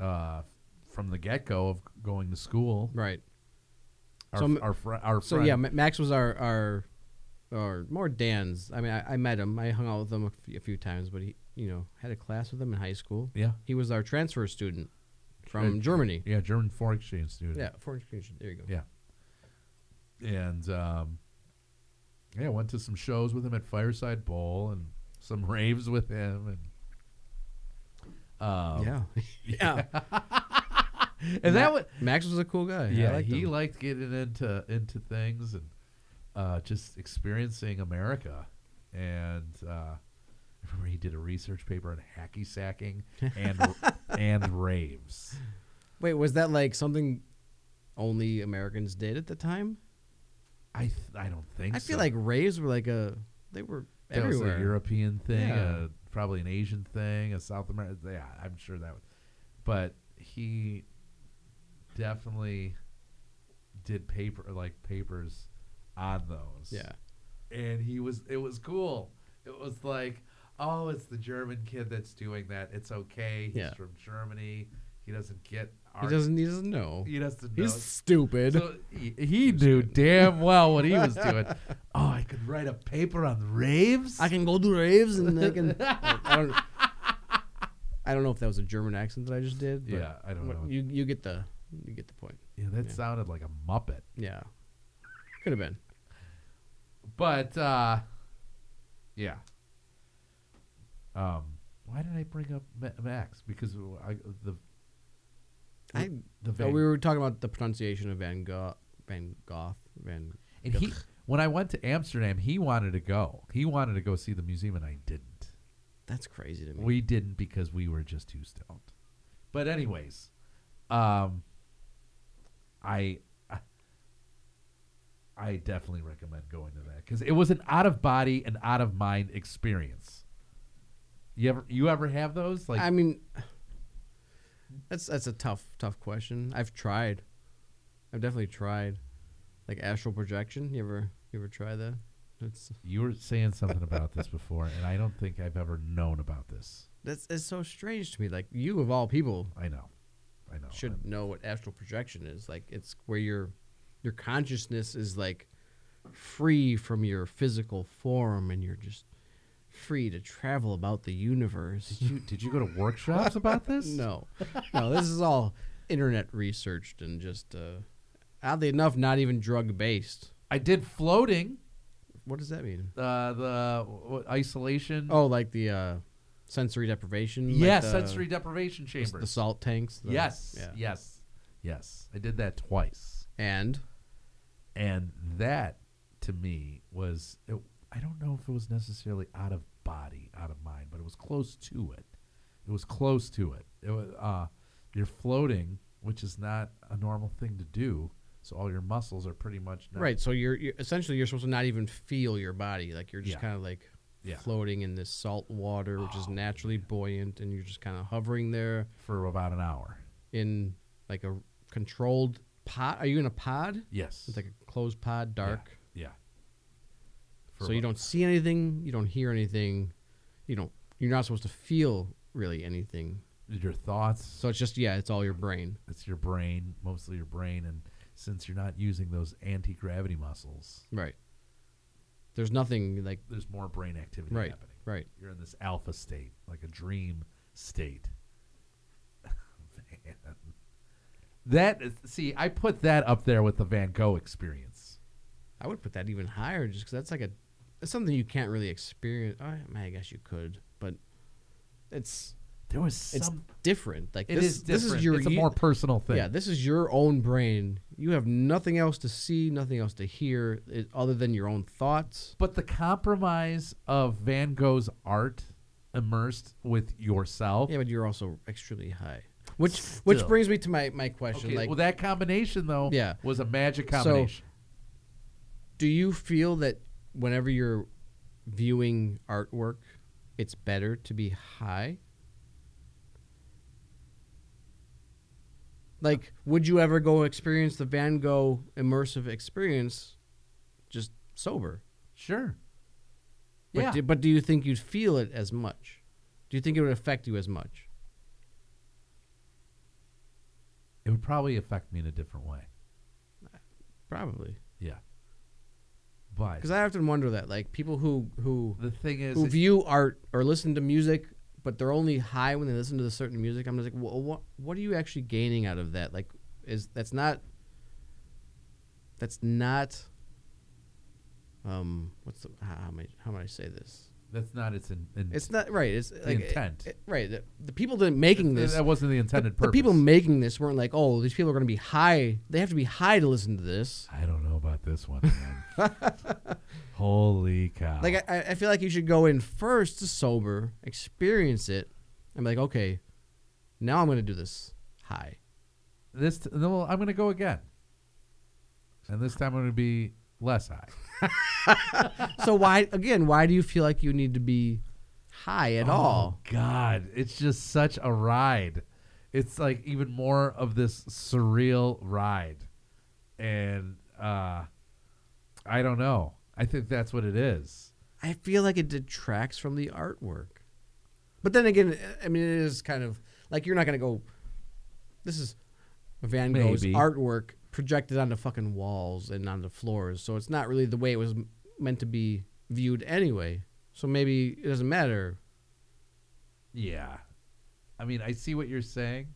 Speaker 2: uh from the get-go of going to school.
Speaker 1: right.
Speaker 2: Our
Speaker 1: So
Speaker 2: f-
Speaker 1: m-
Speaker 2: our, fri our
Speaker 1: So
Speaker 2: friend
Speaker 1: yeah, Ma- Max was our our or more Dan's. I mean, I, I met him. I hung out with him a few, a few times, but he, you know, had a class with him in high school.
Speaker 2: yeah.
Speaker 1: He was our transfer student
Speaker 2: Uh,
Speaker 1: from Germany.
Speaker 2: Yeah, German foreign exchange student.
Speaker 1: Yeah, foreign exchange. There you go.
Speaker 2: Yeah. and um, yeah, went to some shows with him at Fireside Bowl and some <laughs> raves with him and um,
Speaker 1: yeah, <laughs> yeah.
Speaker 2: and that was
Speaker 1: Max was a cool guy.
Speaker 2: yeah
Speaker 1: I liked
Speaker 2: he
Speaker 1: him.
Speaker 2: liked getting into into things and uh, just experiencing America and uh, I remember he did a research paper on hacky sacking
Speaker 1: <laughs>
Speaker 2: and and raves.
Speaker 1: Wait, was that like something only Americans did at the time?
Speaker 2: I th- I don't think
Speaker 1: I feel
Speaker 2: so.
Speaker 1: like raves were like a they were
Speaker 2: That was
Speaker 1: everywhere.
Speaker 2: a European thing,
Speaker 1: Yeah.
Speaker 2: uh, probably an Asian thing, a South American. Yeah, I'm sure that. Would, but he definitely did paper like papers on those.
Speaker 1: Yeah,
Speaker 2: and he was. It was cool. It was like, oh, it's the German kid that's doing that. It's okay. He's
Speaker 1: Yeah.
Speaker 2: from Germany. He doesn't get. Our,
Speaker 1: He doesn't. He doesn't know.
Speaker 2: He doesn't.
Speaker 1: He's
Speaker 2: know.
Speaker 1: stupid.
Speaker 2: So he, he knew damn well what he
Speaker 1: <laughs>
Speaker 2: was doing. Oh, I could write a paper on raves.
Speaker 1: I can go to raves and I can. I don't, I don't know if that was a German accent that I just did. but
Speaker 2: Yeah, I don't
Speaker 1: what-
Speaker 2: know.
Speaker 1: You you get the you get the point.
Speaker 2: yeah, that
Speaker 1: yeah.
Speaker 2: sounded like a muppet.
Speaker 1: Yeah, could have been.
Speaker 2: But uh, yeah. Um, why did I bring up Ma- Max? Because I, the
Speaker 1: I
Speaker 2: the
Speaker 1: oh,
Speaker 2: Van-
Speaker 1: we were talking about the pronunciation of Van Gogh, Van Gogh, Van.
Speaker 2: and he when I went to Amsterdam, he wanted to go. He wanted to go see the museum, and I didn't.
Speaker 1: That's crazy to me.
Speaker 2: We didn't because we were just too stoned. But anyways, um, I I definitely recommend going to that because it was an out of body and out of mind experience. You ever you ever have those like
Speaker 1: I mean, that's that's a tough tough question. I've tried. I've definitely tried, like astral projection. You ever you ever try that? It's
Speaker 2: you were saying something about this before, and I don't think I've ever known about this.
Speaker 1: that's it's so strange to me. Like you of all people
Speaker 2: I know, I know.
Speaker 1: should know what astral projection is. Like it's where your your consciousness is like free from your physical form and you're just free to travel about the universe.
Speaker 2: Did you did you go to workshops about this?
Speaker 1: <laughs> No. No, this is all internet researched and just uh oddly enough not even drug based.
Speaker 2: I did floating.
Speaker 1: What does that mean?
Speaker 2: Uh, the what, isolation.
Speaker 1: Oh, like the uh sensory deprivation? like
Speaker 2: Yes,
Speaker 1: the-
Speaker 2: sensory deprivation
Speaker 1: the-
Speaker 2: chamber.
Speaker 1: The salt tanks. the-
Speaker 2: yes,
Speaker 1: Yeah.
Speaker 2: yes, yes. I did that twice,
Speaker 1: And
Speaker 2: and that to me was it, I don't know if it was necessarily out of body, out of mind, but it was close to it. It was close to it. It was uh, you're floating, which is not a normal thing to do. So all your muscles are pretty much not-
Speaker 1: Right. So you're, you're essentially you're supposed to not even feel your body. Like you're just
Speaker 2: Yeah.
Speaker 1: kind of like
Speaker 2: Yeah.
Speaker 1: floating in this salt water, which is
Speaker 2: Oh,
Speaker 1: naturally buoyant, and you're just kind of hovering there
Speaker 2: for about an hour.
Speaker 1: in like a controlled pod. Are you in a pod?
Speaker 2: Yes,
Speaker 1: It's like a closed pod,
Speaker 2: Yeah,
Speaker 1: dark.
Speaker 2: Yeah. For
Speaker 1: So you
Speaker 2: about-
Speaker 1: don't see anything. You don't hear anything. You don't. You're not supposed to feel really anything.
Speaker 2: your thoughts.
Speaker 1: So it's just yeah, it's all your brain.
Speaker 2: it's your brain, mostly your brain, and since you're not using those anti gravity muscles,
Speaker 1: Right. There's nothing like
Speaker 2: there's more brain activity
Speaker 1: right,
Speaker 2: happening.
Speaker 1: right.
Speaker 2: You're in this alpha state, like a dream state. <laughs> Man. That is, see, I put that up there with the Van Gogh experience.
Speaker 1: I would put that even higher, just because that's like a that's something you can't really experience. I, mean, I guess you could, but it's
Speaker 2: There was
Speaker 1: it's
Speaker 2: some.
Speaker 1: different. Like
Speaker 2: It
Speaker 1: this,
Speaker 2: is different.
Speaker 1: This is your
Speaker 2: it's a
Speaker 1: you-
Speaker 2: more personal thing.
Speaker 1: yeah. This is your own brain. You have nothing else to see, nothing else to hear, it, other than your own thoughts.
Speaker 2: But the compromise of Van Gogh's art immersed with yourself.
Speaker 1: Yeah, but you're also extremely high, which which
Speaker 2: Still.
Speaker 1: brings me to my my question.
Speaker 2: okay,
Speaker 1: like,
Speaker 2: well, that combination though,
Speaker 1: Yeah.
Speaker 2: was a magic
Speaker 1: So-
Speaker 2: combination.
Speaker 1: do you feel that whenever you're viewing artwork, it's better to be high? Like, would you ever go experience the Van Gogh immersive experience just sober?
Speaker 2: Sure.
Speaker 1: But,
Speaker 2: yeah.
Speaker 1: do, but do you think you'd feel it as much? Do you think it would affect you as much?
Speaker 2: it would probably affect me in a different way.
Speaker 1: Probably.
Speaker 2: Yeah. But
Speaker 1: Because I often wonder that, like, people who, who
Speaker 2: the thing is,
Speaker 1: who
Speaker 2: it-
Speaker 1: view art or listen to music, but they're only high when they listen to the certain music. I'm just like, well, what what are you actually gaining out of that? Like, is that's not that's not um what's the how, how am I how am I say this?
Speaker 2: that's not its in, in-
Speaker 1: It's not right. It's like it-
Speaker 2: intent.
Speaker 1: it- right, the, the people that are making
Speaker 2: that-
Speaker 1: this.
Speaker 2: that wasn't the intended
Speaker 1: the
Speaker 2: purpose.
Speaker 1: people making this weren't like, oh, these people are going to be high. They have to be high to listen to this.
Speaker 2: I don't know about this one. man.
Speaker 1: <laughs>
Speaker 2: Holy cow!
Speaker 1: Like I, I feel like you should go in first to sober, experience it, and be like, okay, now I'm gonna do this high.
Speaker 2: this, t- no, well, I'm going to go again, and this time I'm going to be less high. <laughs>
Speaker 1: so why again? Why do you feel like you need to be high at all?
Speaker 2: Oh, God, it's just such a ride. It's like even more of this surreal ride, and uh, I don't know. I think that's what it is.
Speaker 1: I feel like it detracts from the artwork. But then again, I mean, it is kind of like you're not gonna go this is Van Gogh's
Speaker 2: Maybe.
Speaker 1: artwork projected onto fucking walls and onto floors, so it's not really the way it was m- meant to be viewed anyway. So maybe it doesn't matter.
Speaker 2: Yeah. I mean, I see what you're saying,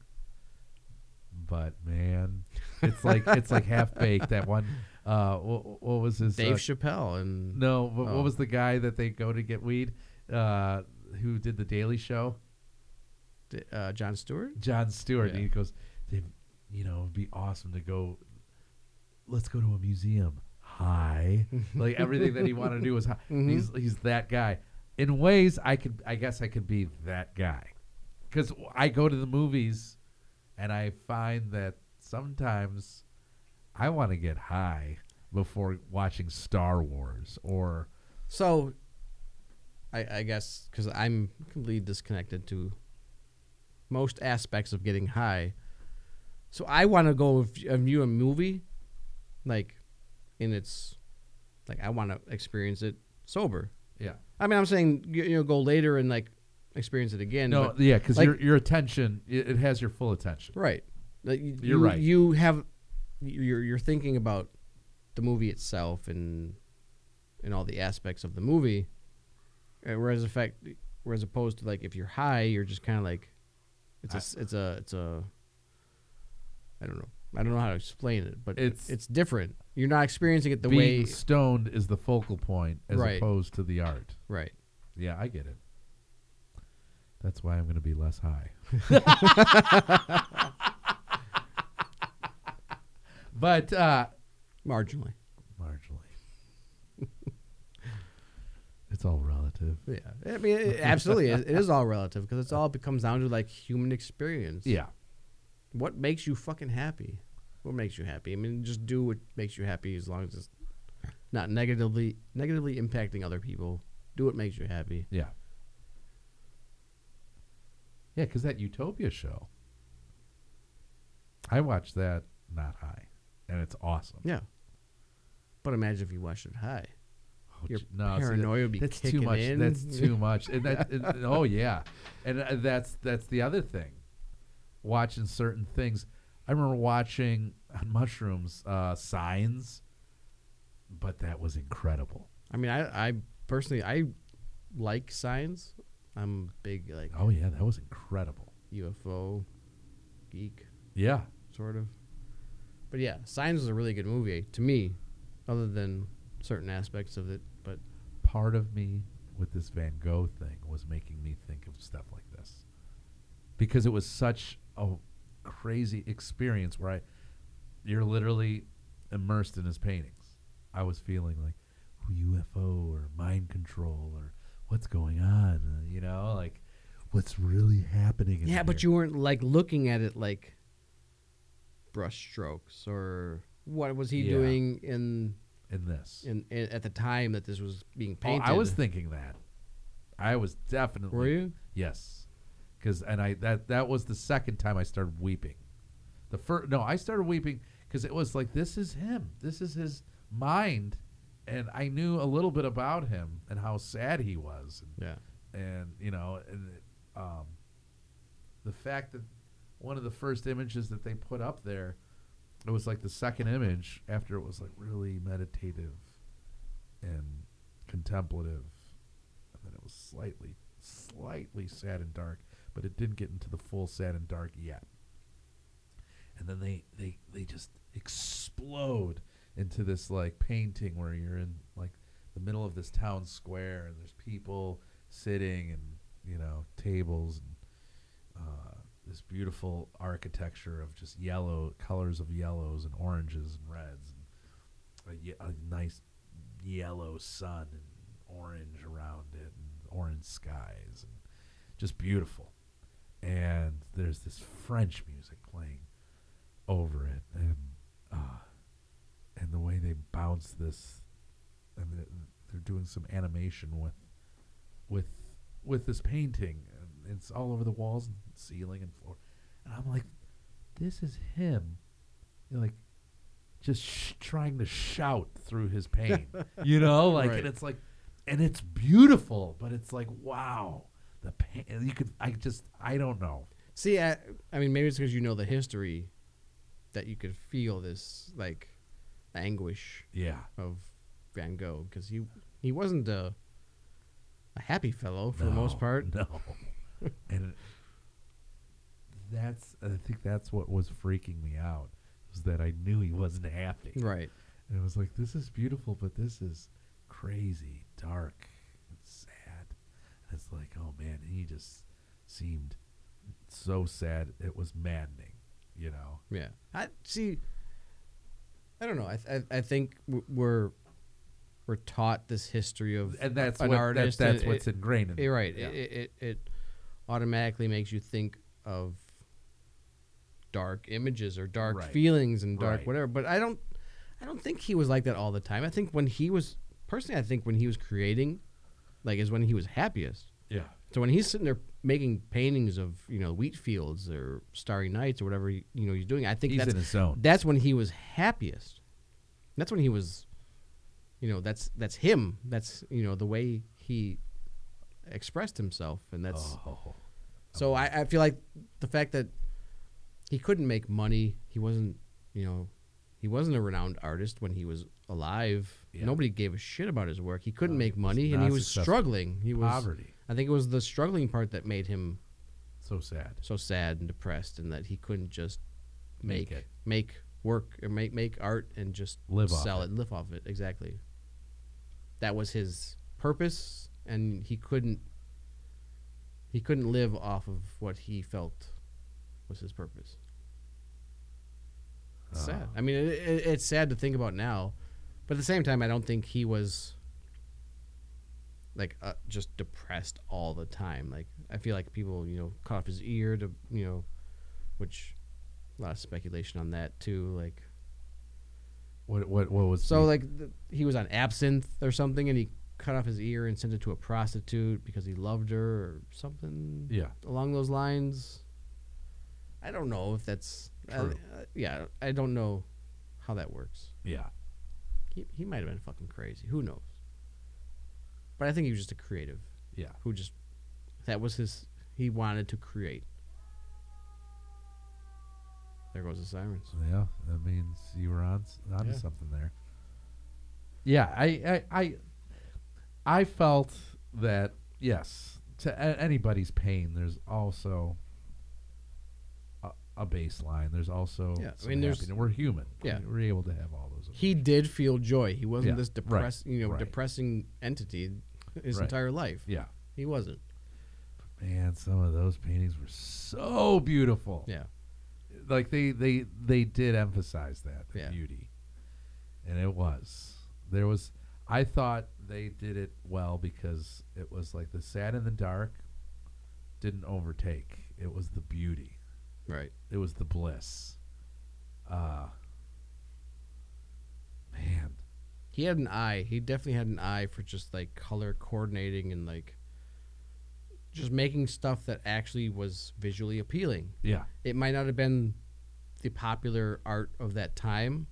Speaker 2: but man, it's like it's like half baked that one. Uh, what, what was his?
Speaker 1: Dave
Speaker 2: uh,
Speaker 1: Chappelle and
Speaker 2: no, what,
Speaker 1: oh.
Speaker 2: what was the guy that they go to get weed? Uh, who did the Daily Show?
Speaker 1: uh, John Stewart.
Speaker 2: John Stewart.
Speaker 1: Yeah.
Speaker 2: And he goes, "Dave, you know, it'd be awesome to go. Let's go to a museum.
Speaker 1: <laughs>
Speaker 2: Hi, like everything that he wanted to do was hi.
Speaker 1: Mhm.
Speaker 2: He's he's that guy. In ways, I could, I guess, I could be that guy, because I go to the movies, and I find that sometimes I want to get high before watching Star Wars or
Speaker 1: So, I, I guess because I'm completely disconnected to most aspects of getting high, so I want to go v- and view a movie, like, in its, like I want to experience it sober.
Speaker 2: yeah.
Speaker 1: I mean, I'm saying you, you know go later and like experience it again.
Speaker 2: No,
Speaker 1: but-
Speaker 2: yeah, because
Speaker 1: like-
Speaker 2: your your attention it, it has your full attention.
Speaker 1: right. Like, y-
Speaker 2: You're
Speaker 1: you-
Speaker 2: right.
Speaker 1: You have, you're you're thinking about the movie itself and and all the aspects of the movie. Uh, Whereas effect, whereas opposed to like if you're high, you're just kind of like, it's a
Speaker 2: I-
Speaker 1: s- it's a it's a. I don't know. I don't know how to explain it, but it's
Speaker 2: It's-
Speaker 1: it's different. You're not experiencing it the
Speaker 2: being
Speaker 1: way
Speaker 2: stoned is the focal point as
Speaker 1: Right.
Speaker 2: opposed to the art.
Speaker 1: right.
Speaker 2: Yeah, I get it. That's why I'm going to be less high. <laughs> but uh
Speaker 1: Marginally.
Speaker 2: marginally. <laughs> it's all relative.
Speaker 1: Yeah, I mean, it, absolutely, it, it is all relative because it's all it comes down to like human experience.
Speaker 2: Yeah.
Speaker 1: what makes you fucking happy? What makes you happy? I mean, just do what makes you happy as long as it's not negatively negatively impacting other people. Do what makes you happy.
Speaker 2: Yeah. Yeah, cuz that Utopia show. I watched that not high and it's awesome.
Speaker 1: Yeah, but imagine if you watched it high.
Speaker 2: Oh,
Speaker 1: Your
Speaker 2: gee- no, see, that-
Speaker 1: paranoia would be
Speaker 2: that's too
Speaker 1: kicking
Speaker 2: much.
Speaker 1: in. <laughs>
Speaker 2: That's too much. And that, and- oh yeah, and uh, that's that's the other thing. Watching certain things, I remember watching on mushrooms uh, signs, but that was incredible.
Speaker 1: I mean, I, I personally I like signs. I'm a big like
Speaker 2: Oh yeah, that was incredible.
Speaker 1: UFO geek.
Speaker 2: Yeah,
Speaker 1: sort of. But yeah, Signs was a really good movie to me, other than certain aspects of it. But
Speaker 2: part of me with this Van Gogh thing was making me think of stuff like this because it was such a crazy experience where I you're literally immersed in his paintings. I was feeling like UFO or mind control or what's going on, uh, you know, like what's really happening. In
Speaker 1: yeah, but
Speaker 2: here.
Speaker 1: you weren't like looking at it like brush strokes or what was he
Speaker 2: Yeah.
Speaker 1: doing in,
Speaker 2: in this.
Speaker 1: in in at the time that this was being
Speaker 2: Oh,
Speaker 1: painted.
Speaker 2: I was thinking that. I was definitely.
Speaker 1: Were you?
Speaker 2: Yes, because and I that that was the second time I started weeping. The first no, I started weeping because it was like this is him, this is his mind, and I knew a little bit about him and how sad he was, and,
Speaker 1: Yeah.
Speaker 2: and you know, and it, um, the fact that one of the first images that they put up there, it was like the second image after it was like really meditative and contemplative, and then it was slightly, slightly sad and dark, but it didn't get into the full sad and dark yet. And then they they they just explode into this like painting where you're in like the middle of this town square and there's people sitting and you know tables and uh, this beautiful architecture of just yellow colors of yellows and oranges and reds and a, ye- a nice yellow sun and orange around it and orange skies and just beautiful and there's this french music playing over it and uh, and the way they bounce this and they're, they're doing some animation with with with this painting and it's all over the walls and ceiling and floor and i'm like this is him you know, like just sh- trying to shout through his pain you know like
Speaker 1: Right.
Speaker 2: and it's like and it's beautiful but it's like wow the pain you could i just i don't know
Speaker 1: See, I, I mean, maybe it's because you know the history that you could feel this like anguish
Speaker 2: Yeah.
Speaker 1: of Van Gogh because he he wasn't a a happy fellow for the most
Speaker 2: No,
Speaker 1: part. <laughs>
Speaker 2: No. and that's I think that's what was freaking me out was that I knew he wasn't happy.
Speaker 1: Right.
Speaker 2: And it was like this is beautiful, but this is crazy, dark, and sad. And it's like, oh man, he just seemed so sad. It was maddening, you know.
Speaker 1: Yeah. I see. I don't know. I th- I, I think w- we're we're taught this history of
Speaker 2: And that's
Speaker 1: an
Speaker 2: what
Speaker 1: artist.
Speaker 2: that,
Speaker 1: and
Speaker 2: that's what's
Speaker 1: it,
Speaker 2: ingrained in
Speaker 1: it- right.
Speaker 2: yeah.
Speaker 1: It, it it automatically makes you think of dark images or dark
Speaker 2: Right.
Speaker 1: feelings and dark
Speaker 2: Right.
Speaker 1: whatever. But I don't I don't think he was like that all the time. I think when he was personally, I think when he was creating, like, is when he was happiest.
Speaker 2: yeah.
Speaker 1: So when he's sitting there making paintings of you know wheat fields or starry nights or whatever you know he's doing, I think
Speaker 2: He's
Speaker 1: that's
Speaker 2: in his zone.
Speaker 1: that's when he was happiest. That's when he was, you know, that's that's him. That's you know the way he expressed himself, and that's
Speaker 2: oh.
Speaker 1: so I, I feel like the fact that he couldn't make money, he wasn't, you know, he wasn't a renowned artist when he was alive.
Speaker 2: Yeah.
Speaker 1: Nobody gave a shit about his work. He couldn't
Speaker 2: No,
Speaker 1: make
Speaker 2: he was
Speaker 1: money, and he
Speaker 2: not
Speaker 1: was
Speaker 2: successful.
Speaker 1: struggling. He was
Speaker 2: Poverty.
Speaker 1: I think it was the struggling part that made him
Speaker 2: So sad.
Speaker 1: so sad and depressed, and that he couldn't just
Speaker 2: Make
Speaker 1: make
Speaker 2: it.
Speaker 1: make work or make make art and just
Speaker 2: Live off
Speaker 1: sell
Speaker 2: it.
Speaker 1: it, and live off it. Exactly. That was his purpose, and he couldn't he couldn't live off of what he felt was his purpose. It's sad.
Speaker 2: Ah.
Speaker 1: I mean, it, it, it's sad to think about now, but at the same time, I don't think he was like uh, just depressed all the time. Like I feel like people, you know, cut off his ear to, you know, which a lot of speculation on that too. Like
Speaker 2: What what what was
Speaker 1: so,
Speaker 2: the-
Speaker 1: like th- he was on absinthe or something, and he cut off his ear and sent it to a prostitute because he loved her or something
Speaker 2: yeah.
Speaker 1: along those lines. I don't know if that's I-
Speaker 2: True.
Speaker 1: uh, yeah. I don't know how that works.
Speaker 2: Yeah.
Speaker 1: He he might have been fucking crazy. Who knows? But I think he was just a creative
Speaker 2: Yeah.
Speaker 1: who just that was his he wanted to create. There goes the sirens.
Speaker 2: Yeah, that means you were on s- onto
Speaker 1: Yeah.
Speaker 2: something there. Yeah, I, I, I, I felt that yes, to a- anybody's pain, there's also a, a baseline. There's also
Speaker 1: Yeah, I
Speaker 2: some
Speaker 1: mean, there's-
Speaker 2: happiness. we're human.
Speaker 1: Yeah.
Speaker 2: we're, we're able to have all those.
Speaker 1: He did feel joy. He wasn't
Speaker 2: Yeah,
Speaker 1: this
Speaker 2: right,
Speaker 1: depressed, you know,
Speaker 2: right.
Speaker 1: depressing entity his
Speaker 2: Right.
Speaker 1: entire life.
Speaker 2: yeah,
Speaker 1: He wasn't.
Speaker 2: man, some of those paintings were so beautiful.
Speaker 1: Yeah.
Speaker 2: like they they they did emphasize that the
Speaker 1: Yeah.
Speaker 2: beauty and it was there was i thought they did it well because it was like the sad and the dark didn't overtake it was the beauty
Speaker 1: Right.
Speaker 2: it was the bliss uh man
Speaker 1: He had an eye. He definitely had an eye for just like color coordinating and like just making stuff that actually was visually appealing.
Speaker 2: yeah
Speaker 1: it might not have been the popular art of that time,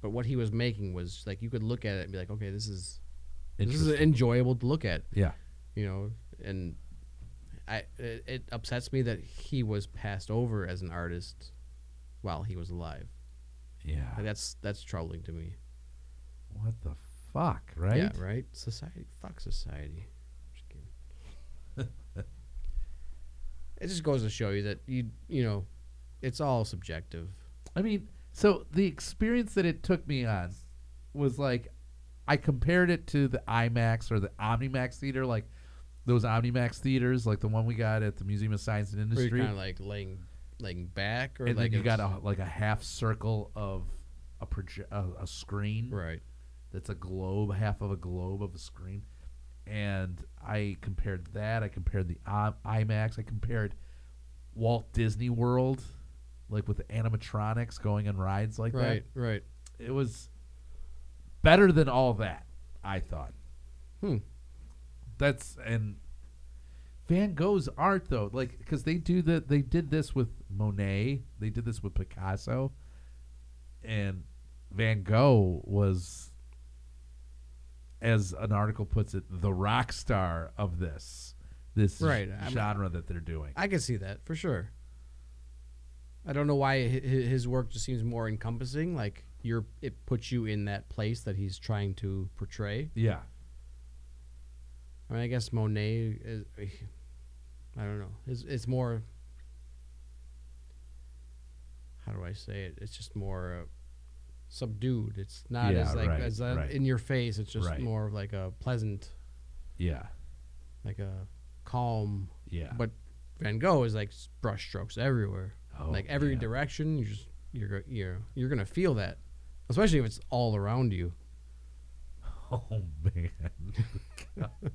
Speaker 1: but what he was making was like you could look at it and be like, okay, this is this is
Speaker 2: Interesting.
Speaker 1: enjoyable to look at,
Speaker 2: yeah
Speaker 1: you know. And I it, it upsets me that he was passed over as an artist while he was alive.
Speaker 2: yeah
Speaker 1: Like, that's that's troubling to me.
Speaker 2: what the fuck right
Speaker 1: Yeah, right. Society, fuck society. Just kidding. <laughs> it just goes to show you that you you know, it's all subjective.
Speaker 2: I mean, so the experience that it took me on was like I compared it to the IMAX or the OmniMax theater, like those OmniMax theaters, like the one we got at the Museum of Science and
Speaker 1: Where you're
Speaker 2: Industry,
Speaker 1: kind of like laying, laying back, or
Speaker 2: and
Speaker 1: like
Speaker 2: then you
Speaker 1: it's-
Speaker 2: got a, like a half circle of a, proje- a a screen
Speaker 1: right.
Speaker 2: that's a globe, half of a globe of a screen. And I compared that. I compared the I- IMAX. I compared Walt Disney World, like with the animatronics going on rides like that
Speaker 1: right, right.
Speaker 2: it was better than all that. I thought.
Speaker 1: Hmm.
Speaker 2: That's and Van Gogh's art though, like because they do the they did this with Monet, they did this with Picasso, and Van Gogh was, as an article puts it, the rock star of this this
Speaker 1: Right,
Speaker 2: sh-
Speaker 1: I'm-
Speaker 2: genre that they're doing.
Speaker 1: I can see that for sure. I don't know why hi- hi- his work just seems more encompassing. Like you're, it puts you in that place that he's trying to portray.
Speaker 2: yeah,
Speaker 1: I mean, I guess Monet is. I don't know. It's, it's more. How do I say it? It's just more uh, subdued. It's not
Speaker 2: Yeah,
Speaker 1: as like
Speaker 2: right,
Speaker 1: as uh,
Speaker 2: right.
Speaker 1: in your face. It's just
Speaker 2: Right.
Speaker 1: more of like a pleasant,
Speaker 2: yeah,
Speaker 1: like a calm.
Speaker 2: yeah.
Speaker 1: But Van Gogh is like s- brush strokes everywhere.
Speaker 2: Oh,
Speaker 1: like every
Speaker 2: yeah.
Speaker 1: direction, you just you're go- you're you're gonna feel that, especially if it's all around you.
Speaker 2: <laughs> Oh man, God.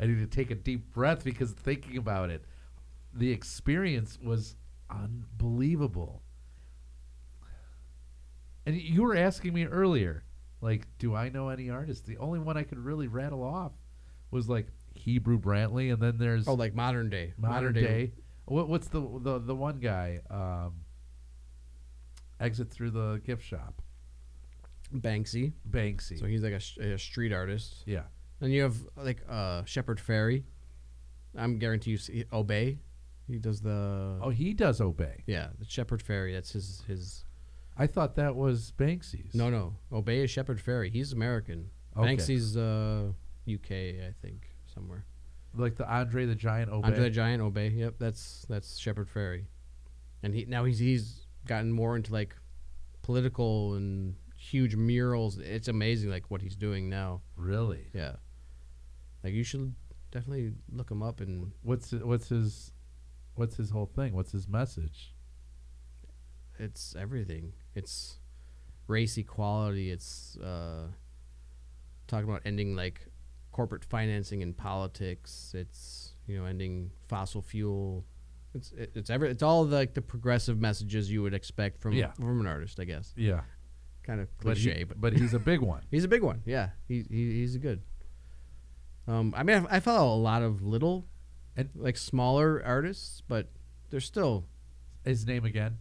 Speaker 2: I need to take a deep breath because thinking about it, the experience was unbelievable. And y- you were asking me earlier, like, do I know any artists? The only one I could really rattle off was like Hebrew Brantley, and then there's
Speaker 1: Oh, like modern day,
Speaker 2: modern, day. What, what's the the the one guy? Um, exit through the gift shop.
Speaker 1: Banksy.
Speaker 2: Banksy.
Speaker 1: So he's like a, sh- a street artist.
Speaker 2: yeah.
Speaker 1: And you have like uh Shepherd Ferry. I'm guarantee you see Obey. He does the
Speaker 2: Oh, he does obey.
Speaker 1: yeah the Shepherd Ferry. That's his his.
Speaker 2: I thought that was Banksy's.
Speaker 1: No, no. Obey is Shepherd Ferry. He's American.
Speaker 2: Okay.
Speaker 1: Banksy's uh, UK, I think, somewhere.
Speaker 2: like the Andre the Giant obey.
Speaker 1: Andre the Giant, Obey. Yep, that's that's Shepherd Ferry. And he now he's he's gotten more into like political and huge murals. It's amazing like what he's doing now.
Speaker 2: really?
Speaker 1: Yeah. Like you should definitely look him up and
Speaker 2: What's hi- what's his what's his whole thing? What's his message?
Speaker 1: it's everything. It's race equality. It's uh, talking about ending like corporate financing and politics. It's you know ending fossil fuel. It's it, it's every it's all the, like the progressive messages you would expect from
Speaker 2: Yeah.
Speaker 1: from an artist, I guess.
Speaker 2: Yeah,
Speaker 1: Kind of
Speaker 2: but he-
Speaker 1: cliche, but,
Speaker 2: but he's a big one.
Speaker 1: he's a big one. Yeah, he, he he's good. Um, I mean, I, I follow a lot of little
Speaker 2: And-
Speaker 1: like smaller artists, but they're still
Speaker 2: His name again?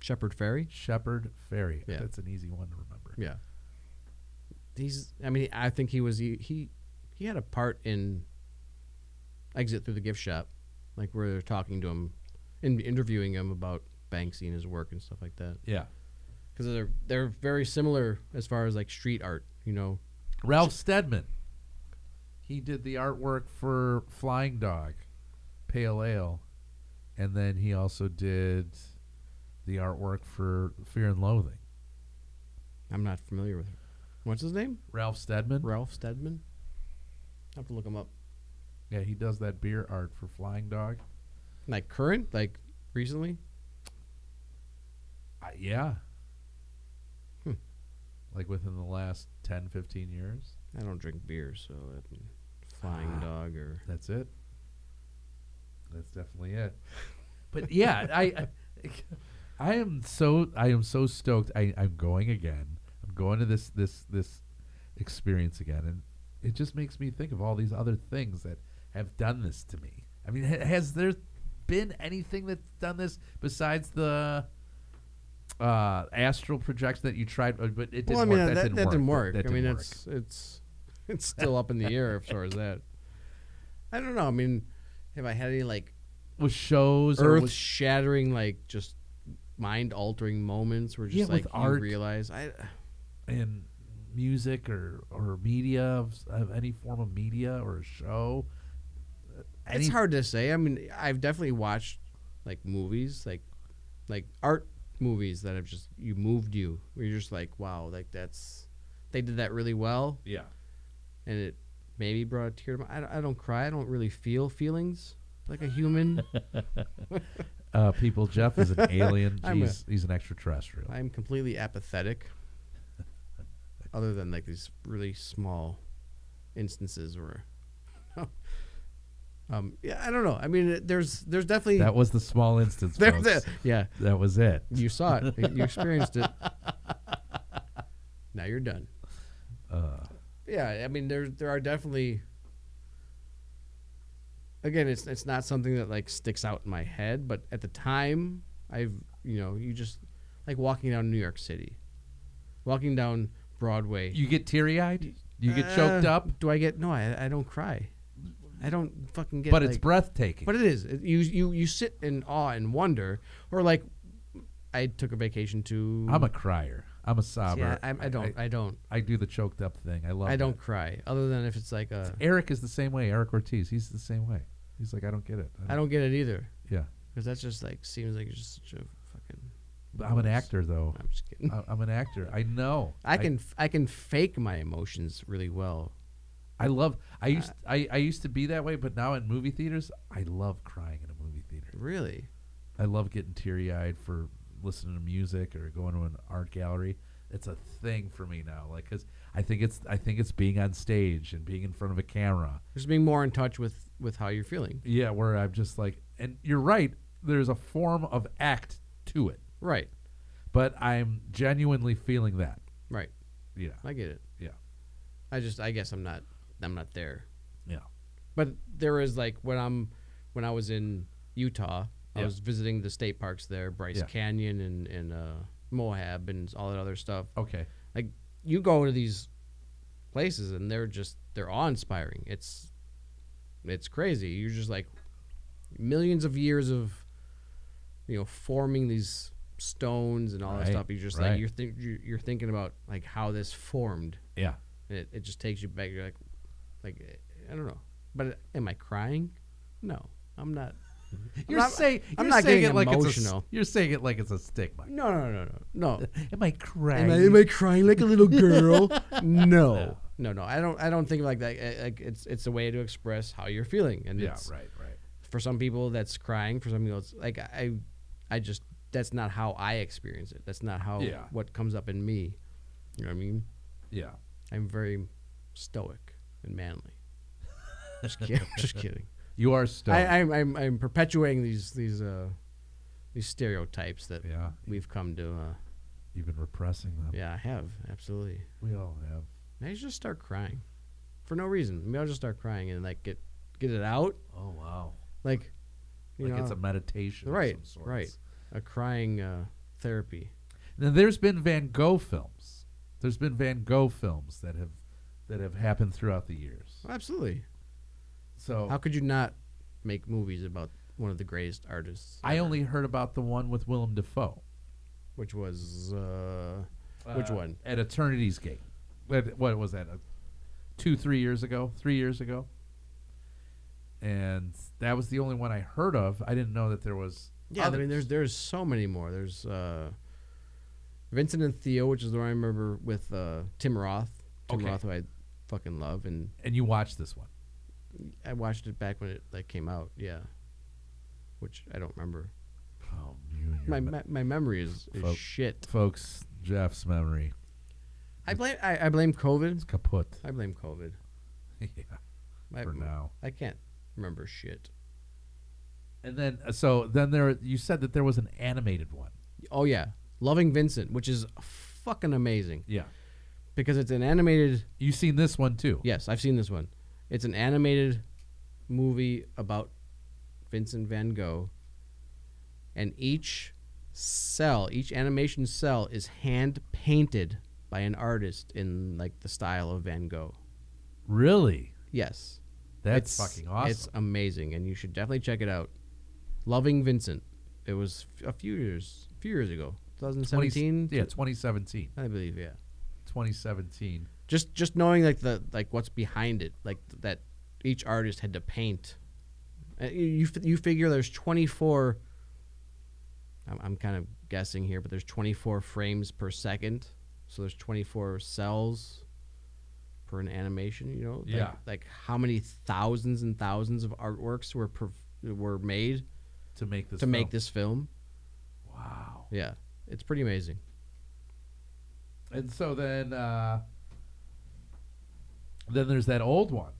Speaker 1: Shepherd Ferry.
Speaker 2: Shepherd Ferry.
Speaker 1: Yeah.
Speaker 2: That's an easy one to remember.
Speaker 1: Yeah. He's. I mean, I think he was. He he, he had a part in. Exit through the gift shop, like where they're talking to him, and interviewing him about Banksy and his work and stuff like that.
Speaker 2: Yeah.
Speaker 1: Because they're they're very similar as far as like street art. You know.
Speaker 2: Ralph Steadman. He did the artwork for Flying Dog, Pale Ale, and then he also did the artwork for Fear and Loathing.
Speaker 1: I'm not familiar with. Him. What's his name?
Speaker 2: Ralph Steadman.
Speaker 1: Ralph Steadman. I have to look him up.
Speaker 2: Yeah, he does that beer art for Flying Dog.
Speaker 1: Like current, like recently.
Speaker 2: Uh, yeah.
Speaker 1: Hmm.
Speaker 2: Like within the last 10, 15 years.
Speaker 1: I don't drink beer, so I mean, Flying
Speaker 2: Ah.
Speaker 1: Dog or
Speaker 2: That's it. That's definitely it. But yeah, I, I I am so I am so stoked. I I'm going again. I'm going to this this this experience again and it just makes me think of all these other things that have done this to me. I mean, ha- has there been anything that's done this besides the uh, astral projection that you tried, but but it didn't
Speaker 1: well, I
Speaker 2: work.
Speaker 1: mean,
Speaker 2: that,
Speaker 1: that, that,
Speaker 2: didn't work.
Speaker 1: work.
Speaker 2: That
Speaker 1: I mean,
Speaker 2: didn't work.
Speaker 1: it's it's <laughs> it's still up in the air as far as that. I don't know. I mean, have I had any like
Speaker 2: with shows or with
Speaker 1: earth-shattering, like just mind-altering moments where just
Speaker 2: Yeah,
Speaker 1: like
Speaker 2: with
Speaker 1: you
Speaker 2: art.
Speaker 1: realize I
Speaker 2: in music or or media of, s- of any form of media or a show. Uh, any-
Speaker 1: it's hard to say. I mean, I've definitely watched like movies, like like art movies that have just you moved you. Where you're just like, wow, like that's they did that really well,
Speaker 2: Yeah.
Speaker 1: and it maybe brought a tear to my. I, don't- I don't cry. I don't really feel feelings like a human.
Speaker 2: Uh, people, Jeff
Speaker 1: <laughs>
Speaker 2: is an alien.
Speaker 1: I'm a-
Speaker 2: he's, he's an extraterrestrial.
Speaker 1: I'm completely apathetic. other than like these really small instances where, <laughs> um, yeah, I don't know. I mean, it- there's there's definitely
Speaker 2: That was the small
Speaker 1: <laughs>
Speaker 2: instance.
Speaker 1: there's
Speaker 2: folks.
Speaker 1: a- yeah.
Speaker 2: That was it.
Speaker 1: You saw it. You experienced it. Now you're done.
Speaker 2: Uh,
Speaker 1: Yeah, I mean there there are definitely again, it's it's not something that like sticks out in my head, but at the time I've you know, you just like walking down New York City. Walking down Broadway.
Speaker 2: you get teary eyed. You get choked
Speaker 1: Uh,
Speaker 2: up.
Speaker 1: Do I get no, I I don't cry. I don't fucking get.
Speaker 2: but it's
Speaker 1: like-
Speaker 2: breathtaking.
Speaker 1: But it is. It- You you you sit in awe and wonder, or like, I took a vacation to.
Speaker 2: I'm a crier. I'm a sobber.
Speaker 1: Yeah, I, I don't. I, don't.
Speaker 2: I, do the choked up thing. I love.
Speaker 1: I
Speaker 2: that.
Speaker 1: don't cry. Other than if it's like a.
Speaker 2: Eric is the same way. Eric Ortiz. He's the same way. He's like, I don't get it.
Speaker 1: I don't get it either,
Speaker 2: Yeah.
Speaker 1: because that's just like seems like just such a fucking.
Speaker 2: But I'm an actor though.
Speaker 1: I'm just kidding.
Speaker 2: I- I'm an actor. I know.
Speaker 1: I can f- I can fake my emotions really well.
Speaker 2: I love. I used. I, I used to be that way, but now in movie theaters, I love crying in a movie theater.
Speaker 1: Really.
Speaker 2: I love getting teary eyed for listening to music or going to an art gallery. It's a thing for me now. Like, cause I think it's. I think it's being on stage and being in front of a camera.
Speaker 1: Just being more in touch with with how you're feeling.
Speaker 2: Yeah, where I'm just like, and you're right. There's a form of act to it,
Speaker 1: Right.
Speaker 2: but I'm genuinely feeling that.
Speaker 1: Right.
Speaker 2: Yeah.
Speaker 1: I get it.
Speaker 2: Yeah.
Speaker 1: I just I guess I'm not I'm not there.
Speaker 2: Yeah.
Speaker 1: But there is like when I'm when I was in Utah, I
Speaker 2: Yeah.
Speaker 1: was visiting the state parks there, Bryce
Speaker 2: Yeah.
Speaker 1: Canyon and and uh, Moab and all that other stuff.
Speaker 2: Okay.
Speaker 1: Like you go to these places and they're just they're awe inspiring. It's it's crazy. You're just like millions of years of you know forming these stones and all that
Speaker 2: Right,
Speaker 1: stuff. You're just
Speaker 2: right.
Speaker 1: like you're, think you're you're thinking about like how this formed.
Speaker 2: Yeah.
Speaker 1: And it, it just takes you back. You're like, like I don't know. But it- am I crying? No, I'm <laughs> not.
Speaker 2: You're
Speaker 1: not-
Speaker 2: saying
Speaker 1: I'm
Speaker 2: you're
Speaker 1: not
Speaker 2: saying
Speaker 1: getting
Speaker 2: it like It's a,
Speaker 1: emotional.
Speaker 2: s- you're saying it like it's a stigma.
Speaker 1: No, no, no, no, <laughs> no.
Speaker 2: Am I
Speaker 1: Am
Speaker 2: crying?
Speaker 1: I, am I crying like a little <laughs> girl? no, no, no. I don't. I don't think like that. I- Like it's it's a way to express how you're feeling, and
Speaker 2: yeah.
Speaker 1: it's,
Speaker 2: Right. Right.
Speaker 1: for some people that's crying. For some people, it's like I, I just that's not how I experience it. That's not how
Speaker 2: Yeah.
Speaker 1: what comes up in me. You know what I mean?
Speaker 2: Yeah.
Speaker 1: I'm very stoic and <laughs> manly. Just kidding. just kidding.
Speaker 2: You are still.
Speaker 1: I, I'm, I'm I'm perpetuating these these uh these stereotypes that
Speaker 2: yeah.
Speaker 1: we've come to. Uh,
Speaker 2: You've been repressing them.
Speaker 1: yeah, I have absolutely.
Speaker 2: We all have.
Speaker 1: Maybe I should just start crying for no reason. Maybe I'll just start crying and like get get it out.
Speaker 2: Oh wow.
Speaker 1: Like, you
Speaker 2: Like
Speaker 1: know,
Speaker 2: it's a meditation. of
Speaker 1: right,
Speaker 2: some sorts.
Speaker 1: right, a crying uh, therapy.
Speaker 2: Now, there's been Van Gogh films. There's been Van Gogh films that have that have happened throughout the years.
Speaker 1: absolutely.
Speaker 2: So
Speaker 1: How could you not make movies about one of the greatest artists?
Speaker 2: I
Speaker 1: ever?
Speaker 2: only heard about the one with Willem Dafoe.
Speaker 1: which was uh, which
Speaker 2: Uh,
Speaker 1: one?
Speaker 2: At Eternity's Gate. What, what was that? Uh, two, three years ago? Three years ago? And that was the only one I heard of. I didn't know that there was.
Speaker 1: Yeah, I mean,
Speaker 2: others.
Speaker 1: there's there's so many more. There's uh, Vincent and Theo, which is the one I remember with uh, Tim Roth. Tim
Speaker 2: Okay.
Speaker 1: Roth, who I fucking love, and
Speaker 2: And you watched this one.
Speaker 1: I watched it back when it like came out. Yeah, which I don't remember.
Speaker 2: Oh, you and your
Speaker 1: My
Speaker 2: me-
Speaker 1: me- my memory is, is
Speaker 2: Folk.
Speaker 1: shit.
Speaker 2: folks, Jeff's memory
Speaker 1: I blame I, I blame COVID.
Speaker 2: is kaput. <laughs>
Speaker 1: I blame COVID.
Speaker 2: yeah,
Speaker 1: I,
Speaker 2: for now.
Speaker 1: I can't remember shit.
Speaker 2: And then, uh, so then there, you said that there was an animated one.
Speaker 1: Oh yeah, Loving Vincent, which is fucking amazing
Speaker 2: Yeah.
Speaker 1: because it's an animated
Speaker 2: you seen this one too.
Speaker 1: Yes, I've seen this one. It's an animated movie about Vincent van Gogh, and each cell, each animation cell, is hand painted by an artist in like the style of Van Gogh.
Speaker 2: Really?
Speaker 1: Yes,
Speaker 2: That's
Speaker 1: It's-
Speaker 2: fucking awesome.
Speaker 1: It's amazing, and you should definitely check it out. Loving Vincent. It was f- a few years, few years ago, 2017.
Speaker 2: 20, yeah, 2017.
Speaker 1: I believe, yeah.
Speaker 2: 2017.
Speaker 1: just just knowing like the like what's behind it like that each artist had to paint Uh, you you, f- you figure there's 24 I'm, I'm kind of guessing here but there's 24 frames per second so there's 24 cells per an animation you know like,
Speaker 2: Yeah.
Speaker 1: like how many thousands and thousands of artworks were perf- were made
Speaker 2: To make this
Speaker 1: to make
Speaker 2: film.
Speaker 1: this film
Speaker 2: Wow.
Speaker 1: yeah it's pretty amazing
Speaker 2: And so then, uh, then there's that old one,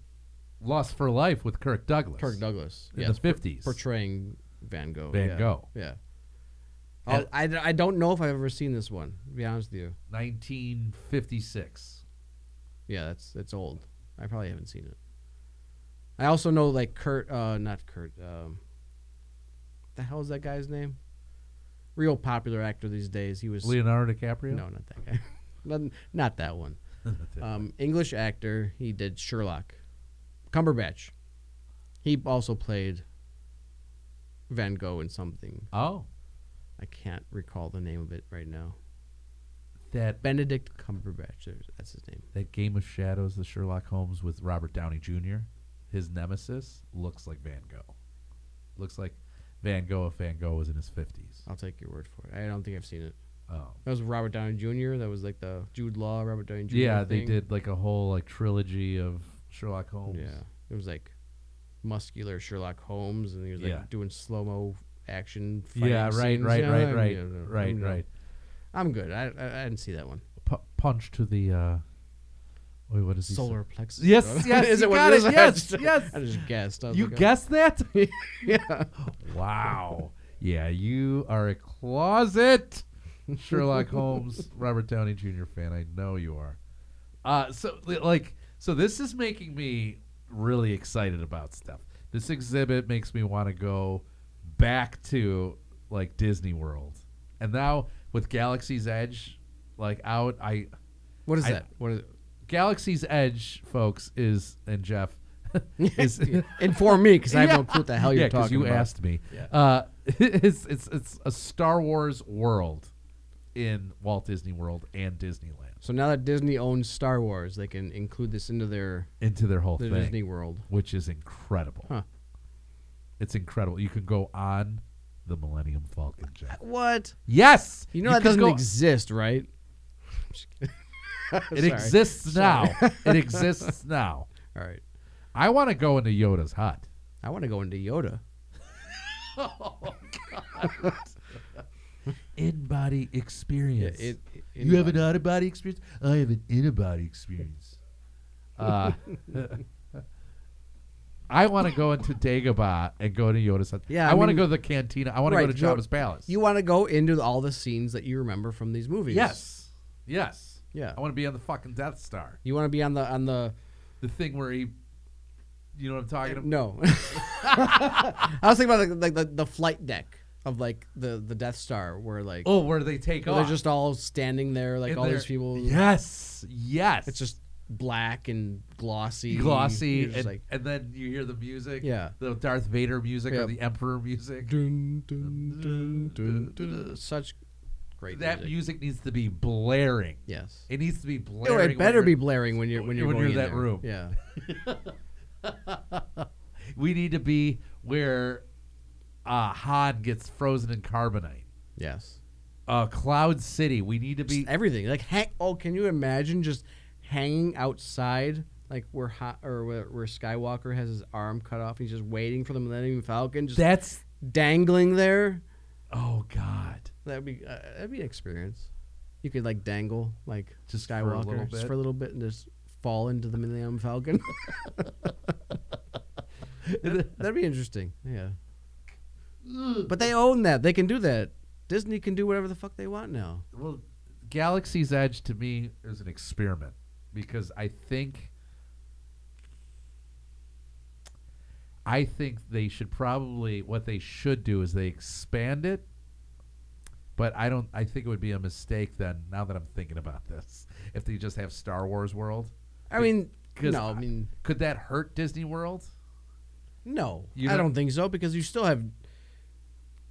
Speaker 2: Lost for Life with Kirk Douglas.
Speaker 1: Kirk Douglas
Speaker 2: in
Speaker 1: yes,
Speaker 2: the 50s.
Speaker 1: portraying Van Gogh.
Speaker 2: Van
Speaker 1: yeah.
Speaker 2: Gogh.
Speaker 1: Yeah.
Speaker 2: And-
Speaker 1: I'll- I, d- I don't know if I've ever seen this one. To be honest with you,
Speaker 2: 1956.
Speaker 1: yeah, that's that's old. I probably haven't seen it. I also know like Kurt, uh, not Kurt. Um, the hell is that guy's name? Real popular actor these days. He was
Speaker 2: Leonardo DiCaprio.
Speaker 1: no, not that guy. <laughs> not, not that one. Um, English actor. He did Sherlock, Cumberbatch. He also played Van Gogh in something.
Speaker 2: Oh,
Speaker 1: I can't recall the name of it right now.
Speaker 2: that
Speaker 1: Benedict Cumberbatch. there's- That's his name.
Speaker 2: that Game of Shadows, the Sherlock Holmes with Robert Downey Jr., his nemesis looks like Van Gogh. Looks like Van Gogh if Van Gogh was in his fifties.
Speaker 1: I'll take your word for it. I don't think I've seen it.
Speaker 2: Oh,
Speaker 1: That was Robert Downey Jr. That was like the Jude Law, Robert Downey Jr.
Speaker 2: yeah, they
Speaker 1: thing.
Speaker 2: did like a whole like trilogy of Sherlock Holmes.
Speaker 1: Yeah, it was like muscular Sherlock Holmes, and he was like
Speaker 2: Yeah.
Speaker 1: doing slow mo action.
Speaker 2: yeah,
Speaker 1: fighting
Speaker 2: right,
Speaker 1: scenes.
Speaker 2: right,
Speaker 1: Yeah,
Speaker 2: right,
Speaker 1: I-
Speaker 2: right,
Speaker 1: yeah, no,
Speaker 2: right,
Speaker 1: no.
Speaker 2: right.
Speaker 1: I'm good. I, I I didn't see that one.
Speaker 2: Pu- punch to the. uh Wait, what is he? say?
Speaker 1: Solar plexus. <laughs>
Speaker 2: Yes,
Speaker 1: throat.
Speaker 2: yes, you got
Speaker 1: <laughs>
Speaker 2: it.
Speaker 1: I
Speaker 2: Yes,
Speaker 1: just-
Speaker 2: yes.
Speaker 1: I just guessed. I was
Speaker 2: You
Speaker 1: like, oh, <laughs>
Speaker 2: guessed that? <laughs>
Speaker 1: Yeah.
Speaker 2: Wow. Yeah, you are a closet Sherlock Holmes, <laughs> Robert Downey Jr. fan. I know you are. Uh, so li- like, so this is making me really excited about stuff. This exhibit makes me want to go back to like Disney World, and now with Galaxy's Edge, like out, I
Speaker 1: What is
Speaker 2: I-
Speaker 1: that? What is
Speaker 2: Galaxy's Edge, folks, is and Jeff <laughs>
Speaker 1: <laughs>
Speaker 2: is.
Speaker 1: it? Inform me, because I have
Speaker 2: Yeah.
Speaker 1: no clue what the hell you're
Speaker 2: yeah, 'cause
Speaker 1: talking
Speaker 2: you
Speaker 1: about.
Speaker 2: asked me.
Speaker 1: Yeah.
Speaker 2: Uh, <laughs> it's, it's it's a Star Wars world in Walt Disney World and Disneyland
Speaker 1: So now that Disney owns Star Wars, they can include this into their,
Speaker 2: into their whole
Speaker 1: their
Speaker 2: thing,
Speaker 1: Disney World.
Speaker 2: which is incredible.
Speaker 1: Huh.
Speaker 2: It's incredible. You can go on the Millennium Falcon,
Speaker 1: <laughs>
Speaker 2: Jeff.
Speaker 1: What?
Speaker 2: Yes,
Speaker 1: You know that
Speaker 2: can
Speaker 1: doesn't
Speaker 2: go-
Speaker 1: exist, right?
Speaker 2: It exists now.
Speaker 1: <laughs>
Speaker 2: it exists now.
Speaker 1: All right.
Speaker 2: I want to go into Yoda's hut.
Speaker 1: I want to go into Yoda.
Speaker 2: In-body experience.
Speaker 1: Yeah, it- it-
Speaker 2: you have an out-of-body experience. I have an in-body experience. <laughs> uh, <laughs> I want to go into Dagobah and go to Yoda's hut.
Speaker 1: Yeah,
Speaker 2: I,
Speaker 1: I
Speaker 2: want to
Speaker 1: mean-
Speaker 2: go to the cantina. I want
Speaker 1: Right,
Speaker 2: to go to
Speaker 1: you know-
Speaker 2: Jabba's palace.
Speaker 1: You want to go into all the scenes that you remember from these movies.
Speaker 2: yes, yes.
Speaker 1: Yeah.
Speaker 2: I want to be on the fucking Death Star.
Speaker 1: You want to be on the on the
Speaker 2: The thing where he, you know what I'm talking about?
Speaker 1: no. <laughs> I was thinking about like, like the, the flight deck of like the the Death Star, where like
Speaker 2: Oh, where they take
Speaker 1: where
Speaker 2: off?
Speaker 1: they're just all standing there, like
Speaker 2: And
Speaker 1: all
Speaker 2: they're-
Speaker 1: these people.
Speaker 2: Yes, yes.
Speaker 1: It's just black and glossy. You're
Speaker 2: glossy,
Speaker 1: just
Speaker 2: and,
Speaker 1: like
Speaker 2: and then you hear the music.
Speaker 1: Yeah.
Speaker 2: the Darth Vader music or
Speaker 1: Yep.
Speaker 2: the Emperor music.
Speaker 1: dun, dun, dun, dun, dun. such great
Speaker 2: that
Speaker 1: music.
Speaker 2: music. needs to be blaring.
Speaker 1: yes.
Speaker 2: It needs to be
Speaker 1: Oh,
Speaker 2: blaring.
Speaker 1: it
Speaker 2: when
Speaker 1: better be
Speaker 2: you're-
Speaker 1: blaring when you're when you're
Speaker 2: when
Speaker 1: going
Speaker 2: you're
Speaker 1: in
Speaker 2: that
Speaker 1: there.
Speaker 2: room.
Speaker 1: Yeah.
Speaker 2: We need to be where uh, Han gets frozen in carbonite.
Speaker 1: <laughs> Yes.
Speaker 2: Uh, Cloud City. We need to be.
Speaker 1: Just everything. Like, hang, oh, can you imagine just hanging outside, like where hot or where, where Skywalker has his arm cut off? He's just waiting for the Millennium Falcon, just
Speaker 2: That's.
Speaker 1: dangling there.
Speaker 2: Oh God.
Speaker 1: That'd be uh, that'd be an experience. You could like dangle like
Speaker 2: Just for a
Speaker 1: Skywalker
Speaker 2: little
Speaker 1: just
Speaker 2: bit.
Speaker 1: for a little bit and just fall into the Millennium Falcon.
Speaker 2: <laughs>
Speaker 1: that'd be interesting. Yeah. But they own that. They can do that. Disney can do whatever the fuck they want now.
Speaker 2: well, Galaxy's Edge to me is an experiment because I think I think they should probably what they should do is they expand it. But I don't. I think it would be a mistake then. Now that I'm thinking about this, <laughs> if they just have Star Wars World,
Speaker 1: I mean,
Speaker 2: 'Cause
Speaker 1: no, I mean,
Speaker 2: could that hurt Disney World?
Speaker 1: no.
Speaker 2: You
Speaker 1: I
Speaker 2: don't-
Speaker 1: don't think so because you still have.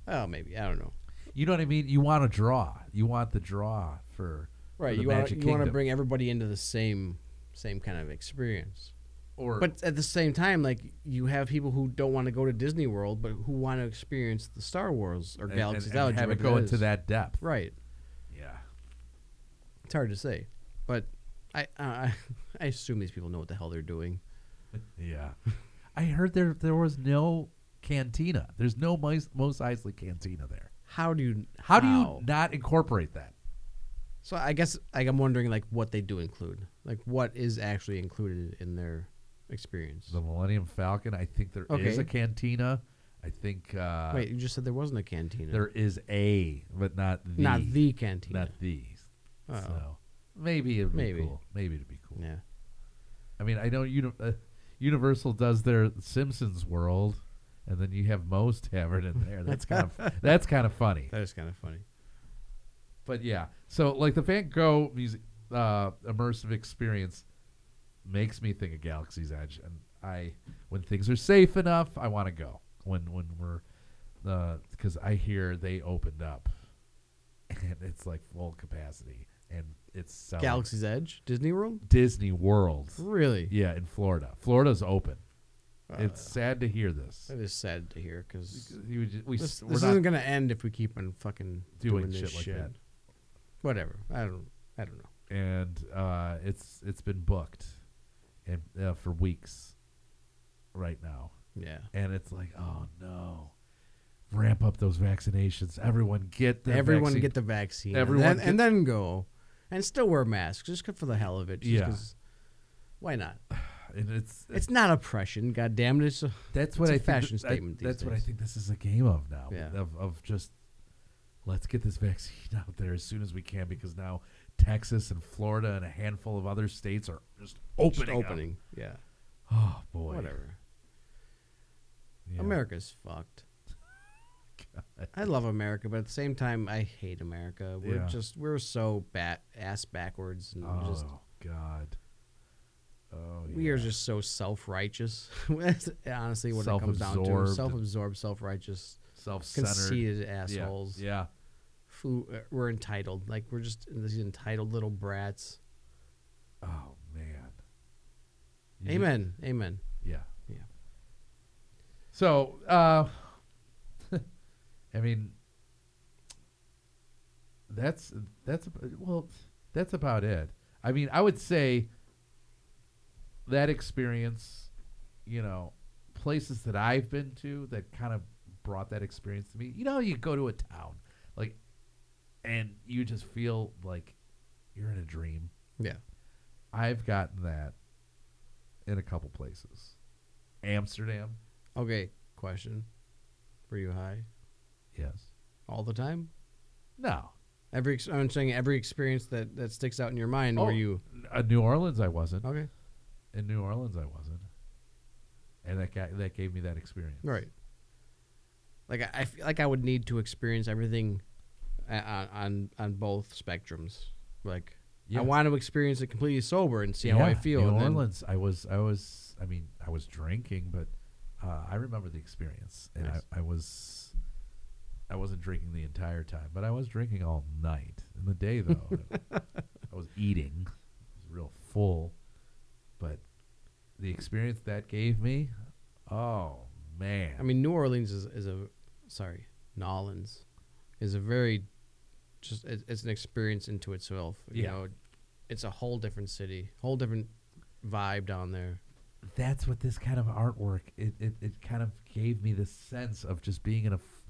Speaker 1: Oh, maybe I don't know.
Speaker 2: You know what I mean? You want to draw. You want the draw for for
Speaker 1: Right?
Speaker 2: the
Speaker 1: You want
Speaker 2: Magic
Speaker 1: you want to
Speaker 2: Kingdom.
Speaker 1: bring everybody into the same same kind of experience.
Speaker 2: or
Speaker 1: But at the same time, like you have people who don't want to go to Disney World, but who want to experience the Star Wars or
Speaker 2: and-
Speaker 1: Galaxy's
Speaker 2: and, and
Speaker 1: Edge. or
Speaker 2: have it
Speaker 1: whatever
Speaker 2: go
Speaker 1: that
Speaker 2: into
Speaker 1: is.
Speaker 2: that depth.
Speaker 1: Right.
Speaker 2: Yeah.
Speaker 1: It's hard to say, but I I <laughs> I assume these people know what the hell they're doing.
Speaker 2: Yeah. <laughs> I heard there there was no cantina. There's no Mos, Mos Eisley cantina there.
Speaker 1: How do you?
Speaker 2: How do you not incorporate that?
Speaker 1: So I guess like, I'm wondering like what they do include, like what is actually included in their experience.
Speaker 2: The uh, Millennium Falcon, I think there is
Speaker 1: Okay.
Speaker 2: a cantina. I think uh,
Speaker 1: Wait, you just said there wasn't a cantina.
Speaker 2: there is a, but not the.
Speaker 1: not the cantina.
Speaker 2: Not the.
Speaker 1: Oh.
Speaker 2: So maybe it'd be
Speaker 1: Maybe.
Speaker 2: cool. Maybe it'd be cool.
Speaker 1: Yeah.
Speaker 2: I mean, I know Uni- uh, Universal does their Simpsons world, and then you have Moe's Tavern in there. That's kind
Speaker 1: <laughs>
Speaker 2: of that's kind of funny.
Speaker 1: That is kind of funny.
Speaker 2: But yeah, so like the Van Gogh music uh, immersive experience makes me think of Galaxy's Edge, and I when things are safe enough, I want to go. When when we're because I hear they opened up, and it's like full capacity, and it's selling.
Speaker 1: Galaxy's Edge, Disney World.
Speaker 2: Disney World.
Speaker 1: Really? Uh,
Speaker 2: Yeah, in Florida. Florida's open. it's sad to hear this.
Speaker 1: That is sad to hear because
Speaker 2: You ju- we,
Speaker 1: this,
Speaker 2: s-
Speaker 1: this
Speaker 2: we're not
Speaker 1: isn't going to end if we keep on fucking doing,
Speaker 2: Doing
Speaker 1: this
Speaker 2: shit
Speaker 1: shit.
Speaker 2: like that.
Speaker 1: Whatever. I don't. I don't know.
Speaker 2: and uh, it's it's been booked, and uh, for weeks, right now,
Speaker 1: Yeah.
Speaker 2: and it's like, oh no, ramp up those vaccinations. Everyone get the
Speaker 1: Everyone
Speaker 2: vaccine.
Speaker 1: get the vaccine.
Speaker 2: Everyone
Speaker 1: and then,
Speaker 2: get-
Speaker 1: and then go, and still wear masks just for the hell of it. just
Speaker 2: Yeah.
Speaker 1: 'cause- Why not?
Speaker 2: and it's
Speaker 1: It's not oppression. God damn it. It's a,
Speaker 2: that's what
Speaker 1: a
Speaker 2: I think
Speaker 1: fashion
Speaker 2: th- I-
Speaker 1: statement these
Speaker 2: that's what I
Speaker 1: days.
Speaker 2: think this is a game of now.
Speaker 1: Yeah.
Speaker 2: Of of just let's get this <laughs> vaccine out there as soon as we can because now Texas and Florida and a handful of other states are just
Speaker 1: just
Speaker 2: opening. up.
Speaker 1: opening. Yeah.
Speaker 2: Oh boy.
Speaker 1: Whatever.
Speaker 2: Yeah. <laughs>
Speaker 1: America's fucked. I love America, but at the same time, I hate America. We're
Speaker 2: Yeah.
Speaker 1: just we're so bat ass backwards, and
Speaker 2: Oh
Speaker 1: just
Speaker 2: God. Oh,
Speaker 1: we are
Speaker 2: yeah.
Speaker 1: just so self rigcious. <laughs> Honestly, what it comes down to,
Speaker 2: Self-absorbed.
Speaker 1: self absorbed, self righteous,
Speaker 2: self-centered
Speaker 1: conceited
Speaker 2: Yeah,
Speaker 1: assholes.
Speaker 2: Yeah.
Speaker 1: Who uh, we're entitled? Like we're just these entitled little brats.
Speaker 2: Oh man. You-
Speaker 1: Amen. Amen.
Speaker 2: Yeah.
Speaker 1: Yeah.
Speaker 2: So, uh, <laughs> I mean, that's that's ab- well, that's about it. I mean, I would say that experience, you know, places that I've been to that kind of brought that experience to me. You know, how you go to a town like, and you just feel like you're in a dream.
Speaker 1: Yeah.
Speaker 2: I've gotten that in a couple places. Amsterdam,
Speaker 1: Okay. Question: Were you high
Speaker 2: yes.
Speaker 1: all the time?
Speaker 2: No,
Speaker 1: Every ex- I'm saying every experience that that sticks out in your mind.
Speaker 2: Oh.
Speaker 1: Were you
Speaker 2: uh, New Orleans I wasn't.
Speaker 1: okay?
Speaker 2: In New Orleans I wasn't, and that guy that gave me that experience.
Speaker 1: Right. Like I, I feel like I would need to experience everything a- on on, on both spectrums. Like
Speaker 2: Yeah.
Speaker 1: I want to experience it completely sober and see how I
Speaker 2: Yeah,
Speaker 1: feel.
Speaker 2: New
Speaker 1: and then-
Speaker 2: Orleans I was I was I mean I was drinking, but uh, I remember the experience, and
Speaker 1: Nice.
Speaker 2: I, I was. I wasn't drinking the entire time, but I was drinking all night. In the day, though,
Speaker 1: <laughs>
Speaker 2: I was eating. I was real full. But the experience that gave me, oh, man.
Speaker 1: I mean, New Orleans is, is a sorry, Nolans is a very just it, it's an experience into itself. You
Speaker 2: Yeah.
Speaker 1: know, it's a whole different city, whole different vibe down there.
Speaker 2: that's what this kind of artwork it, it, it kind of gave me this sense of just being in a f-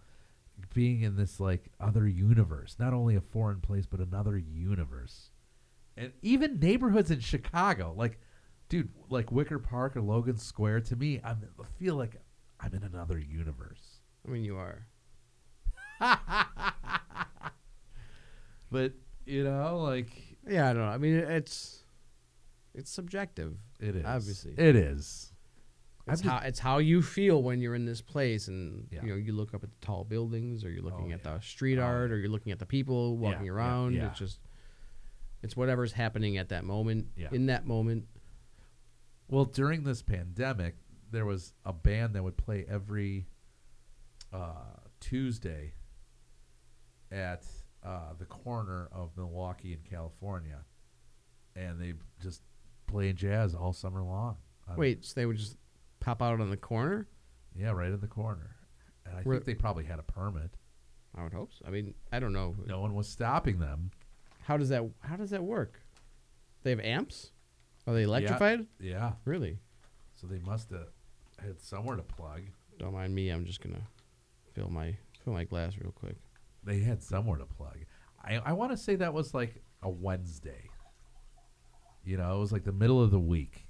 Speaker 2: being in this like other universe not only a foreign place but another universe and even neighborhoods in chicago like dude like wicker park or logan square to me I'm, i feel like i'm in another universe
Speaker 1: I mean, you are
Speaker 2: but you know like
Speaker 1: yeah. I don't know. I mean, it's it's subjective.
Speaker 2: it is
Speaker 1: Obviously.
Speaker 2: it is I'm
Speaker 1: It's
Speaker 2: just-
Speaker 1: how it's how you feel when you're in this place, and
Speaker 2: Yeah.
Speaker 1: you know you look up at the tall buildings, or you're looking
Speaker 2: Oh,
Speaker 1: at
Speaker 2: yeah.
Speaker 1: the street
Speaker 2: Oh,
Speaker 1: art, or you're looking at the people walking
Speaker 2: yeah,
Speaker 1: around.
Speaker 2: yeah.
Speaker 1: It's just it's whatever's happening at that moment.
Speaker 2: Yeah.
Speaker 1: In that moment,
Speaker 2: Well, during this pandemic, there was a band that would play every uh, Tuesday at uh, the corner of Milwaukee and California, and they just playing jazz all summer long. Um,
Speaker 1: wait, so they would just pop out on the corner.
Speaker 2: yeah, right in the corner, and I
Speaker 1: Were-
Speaker 2: think they probably had a permit.
Speaker 1: I would hope. so. I mean, I don't know.
Speaker 2: No one was stopping them.
Speaker 1: How does that How does that work? They have amps. Are they electrified?
Speaker 2: Yeah,
Speaker 1: Really?
Speaker 2: so they must have had somewhere to plug.
Speaker 1: Don't mind me. I'm just gonna fill my fill my glass real quick.
Speaker 2: They had somewhere to plug. I, I want to say that was like a Wednesday. You know, it was like the middle of the week.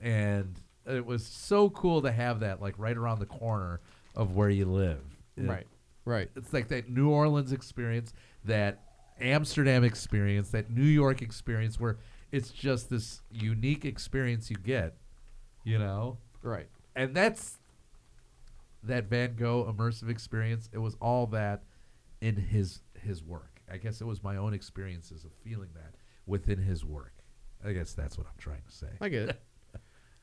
Speaker 2: And it was so cool to have that like right around the corner of where you live. It-
Speaker 1: Right. Right.
Speaker 2: It's like that New Orleans experience, that Amsterdam experience, that New York experience where it's just this unique experience you get, you know?
Speaker 1: Right.
Speaker 2: and that's that Van Gogh immersive experience. It was all that in his his work. I guess it was my own experiences of feeling that within his work. I guess that's what I'm trying to say.
Speaker 1: I get it.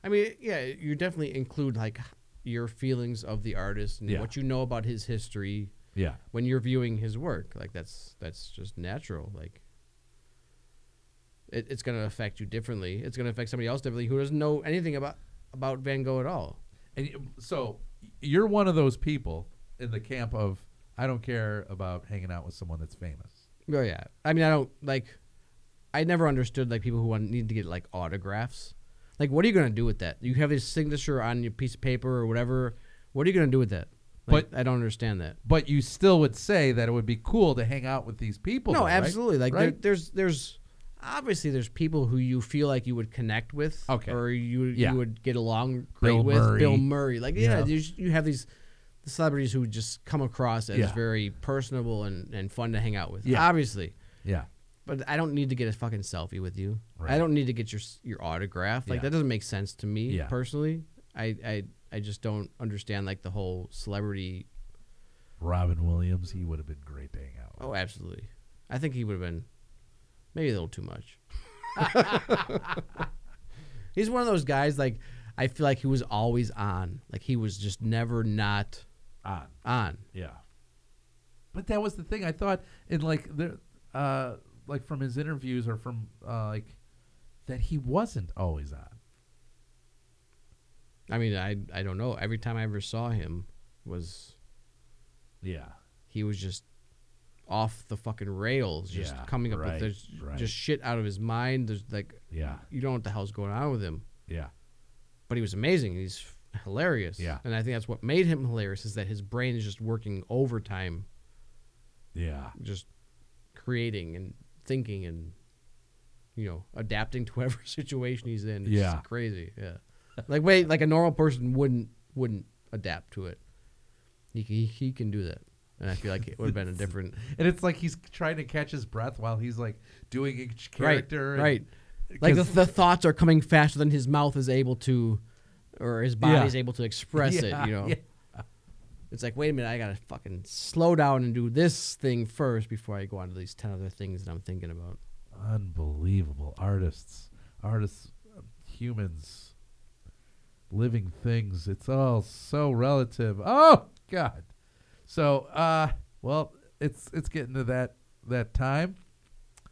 Speaker 1: I mean, yeah, you definitely include like your feelings of the artist and
Speaker 2: Yeah.
Speaker 1: what you know about his history
Speaker 2: Yeah.
Speaker 1: when you're viewing his work. Like that's that's just natural. Like it, it's going to affect you differently. It's going to affect somebody else differently who doesn't know anything about about Van Gogh at all.
Speaker 2: And you- so you're one of those people in the camp of I don't care about hanging out with someone that's famous.
Speaker 1: Oh yeah. I mean, I don't like. I never understood like people who want, need to get like autographs. Like, what are you gonna do with that? You have his signature on your piece of paper or whatever. What are you gonna do with that? Like,
Speaker 2: But-
Speaker 1: I don't understand that.
Speaker 2: But you still would say that it would be cool to hang out with these people.
Speaker 1: No,
Speaker 2: though, right?
Speaker 1: absolutely. Like,
Speaker 2: Right?
Speaker 1: there, there's there's obviously there's people who you feel like you would connect with,
Speaker 2: Okay.
Speaker 1: or you
Speaker 2: Yeah.
Speaker 1: you would get along great
Speaker 2: Bill
Speaker 1: with
Speaker 2: Murray.
Speaker 1: Bill Murray. Like, yeah,
Speaker 2: Yeah.
Speaker 1: you, you have these. Celebrities who just come across as
Speaker 2: Yeah.
Speaker 1: very personable and, and fun to hang out with.
Speaker 2: Yeah.
Speaker 1: Obviously.
Speaker 2: yeah.
Speaker 1: But I don't need to get a fucking selfie with you.
Speaker 2: Right.
Speaker 1: I don't need to get your s- your autograph. Like
Speaker 2: Yeah.
Speaker 1: that doesn't make sense to me
Speaker 2: Yeah.
Speaker 1: personally. I, I I just don't understand like the whole celebrity.
Speaker 2: Robin Williams, he would have been great to hang out with.
Speaker 1: Oh, absolutely. I think he would have been maybe a little too
Speaker 2: <laughs>
Speaker 1: much. He's one of those guys like I feel like he was always on. Like he was just never not
Speaker 2: On.
Speaker 1: on.
Speaker 2: Yeah. But that was the thing I thought in like the uh like from his interviews or from uh, like that he wasn't always on.
Speaker 1: I mean, I I don't know. Every time I ever saw him was
Speaker 2: Yeah.
Speaker 1: he was just off the fucking rails, just
Speaker 2: Yeah,
Speaker 1: coming up with
Speaker 2: right,
Speaker 1: this,
Speaker 2: right.
Speaker 1: just shit out of his mind. There's like
Speaker 2: Yeah.
Speaker 1: you don't know what the hell's going on with him,
Speaker 2: Yeah.
Speaker 1: but he was amazing. He's f- hilarious.
Speaker 2: Yeah.
Speaker 1: and I think that's what made him hilarious is that his brain is just working overtime,
Speaker 2: Yeah.
Speaker 1: just creating and thinking and you know adapting <laughs> to whatever situation he's in. It's
Speaker 2: Yeah.
Speaker 1: crazy. Yeah, like wait, like a normal person wouldn't wouldn't adapt to it. He c- he, he can do that, and I feel like it would have
Speaker 2: <laughs>
Speaker 1: been a different.
Speaker 2: And it's like he's trying to catch his breath while he's like doing each character. and- <laughs>
Speaker 1: Right. right. Like the,
Speaker 2: 'cause-
Speaker 1: the thoughts are coming faster than his mouth is able to, or his body
Speaker 2: Yeah.
Speaker 1: is able to express
Speaker 2: <laughs> Yeah,
Speaker 1: it. You know,
Speaker 2: yeah.
Speaker 1: it's like wait a minute, I gotta fucking slow down and do this thing first before I go on to these ten other things that I'm thinking about.
Speaker 2: Unbelievable artists, artists, uh, humans, living things. It's all so relative. Oh God. So, uh, well, it's it's getting to that that time.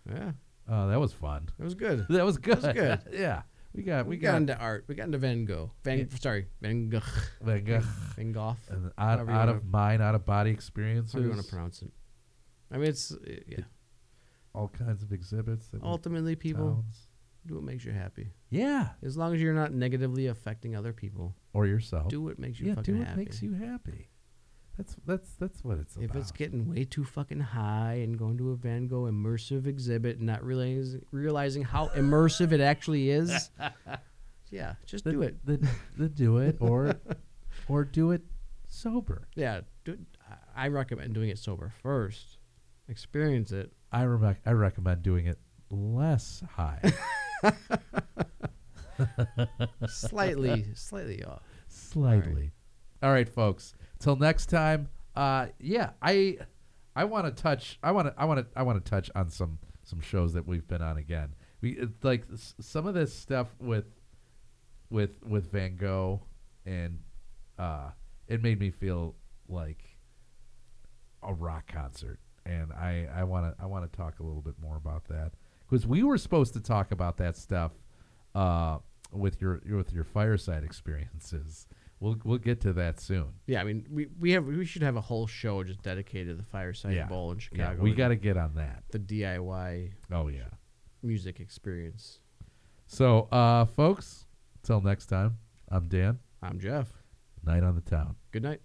Speaker 1: Yeah,
Speaker 2: Oh, that was fun. <laughs>
Speaker 1: it was good.
Speaker 2: That was good.
Speaker 1: was good.
Speaker 2: <laughs> yeah, we got
Speaker 1: We,
Speaker 2: we
Speaker 1: got,
Speaker 2: got,
Speaker 1: into art. We got into Van Gogh. Van
Speaker 2: Yeah.
Speaker 1: sorry, Van Gogh. <laughs>
Speaker 2: like, uh,
Speaker 1: Van Gogh.
Speaker 2: an out,
Speaker 1: However you
Speaker 2: out
Speaker 1: wanna-
Speaker 2: of mind, out of body experiences.
Speaker 1: How do you want to pronounce it? I mean, it's uh, yeah.
Speaker 2: All kinds of exhibits. that we-
Speaker 1: Ultimately, people
Speaker 2: towns.
Speaker 1: do what makes you happy.
Speaker 2: Yeah,
Speaker 1: As long as you're not negatively affecting other people,
Speaker 2: or yourself.
Speaker 1: do what makes you
Speaker 2: yeah,
Speaker 1: fucking
Speaker 2: do what
Speaker 1: happy.
Speaker 2: makes you happy. That's that's that's what it's
Speaker 1: If
Speaker 2: about.
Speaker 1: it's getting way too fucking high and going to a Van Gogh immersive exhibit and not realizing realizing
Speaker 2: <laughs>
Speaker 1: how immersive it actually is, yeah, just
Speaker 2: then,
Speaker 1: do it.
Speaker 2: Then, then do it, <laughs> or or do it sober.
Speaker 1: Yeah, do it. I I recommend doing it sober first. Experience it.
Speaker 2: I rec- I recommend doing it less <laughs> high, <laughs>
Speaker 1: slightly, slightly off.
Speaker 2: slightly. All right, folks. Till next time. Uh, yeah, I I want to touch. I want to. I want to. I want to touch on some some shows that we've been on again. We it's like s- some of this stuff with with with Van Gogh, and uh, it made me feel like a rock concert, and I I want to I want to talk a little bit more about that because we were supposed to talk about that stuff uh, with your your- with your fireside experiences. We'll we'll get to that soon.
Speaker 1: Yeah, I mean, we, we have we should have a whole show just dedicated to the Fireside
Speaker 2: Yeah.
Speaker 1: Bowl in
Speaker 2: Yeah,
Speaker 1: Chicago.
Speaker 2: we
Speaker 1: and
Speaker 2: got to get on that.
Speaker 1: the DIY
Speaker 2: Oh yeah.
Speaker 1: music experience.
Speaker 2: So, uh, folks, till next time. I'm Dan.
Speaker 1: I'm Jeff.
Speaker 2: Night on the town.
Speaker 1: Good night.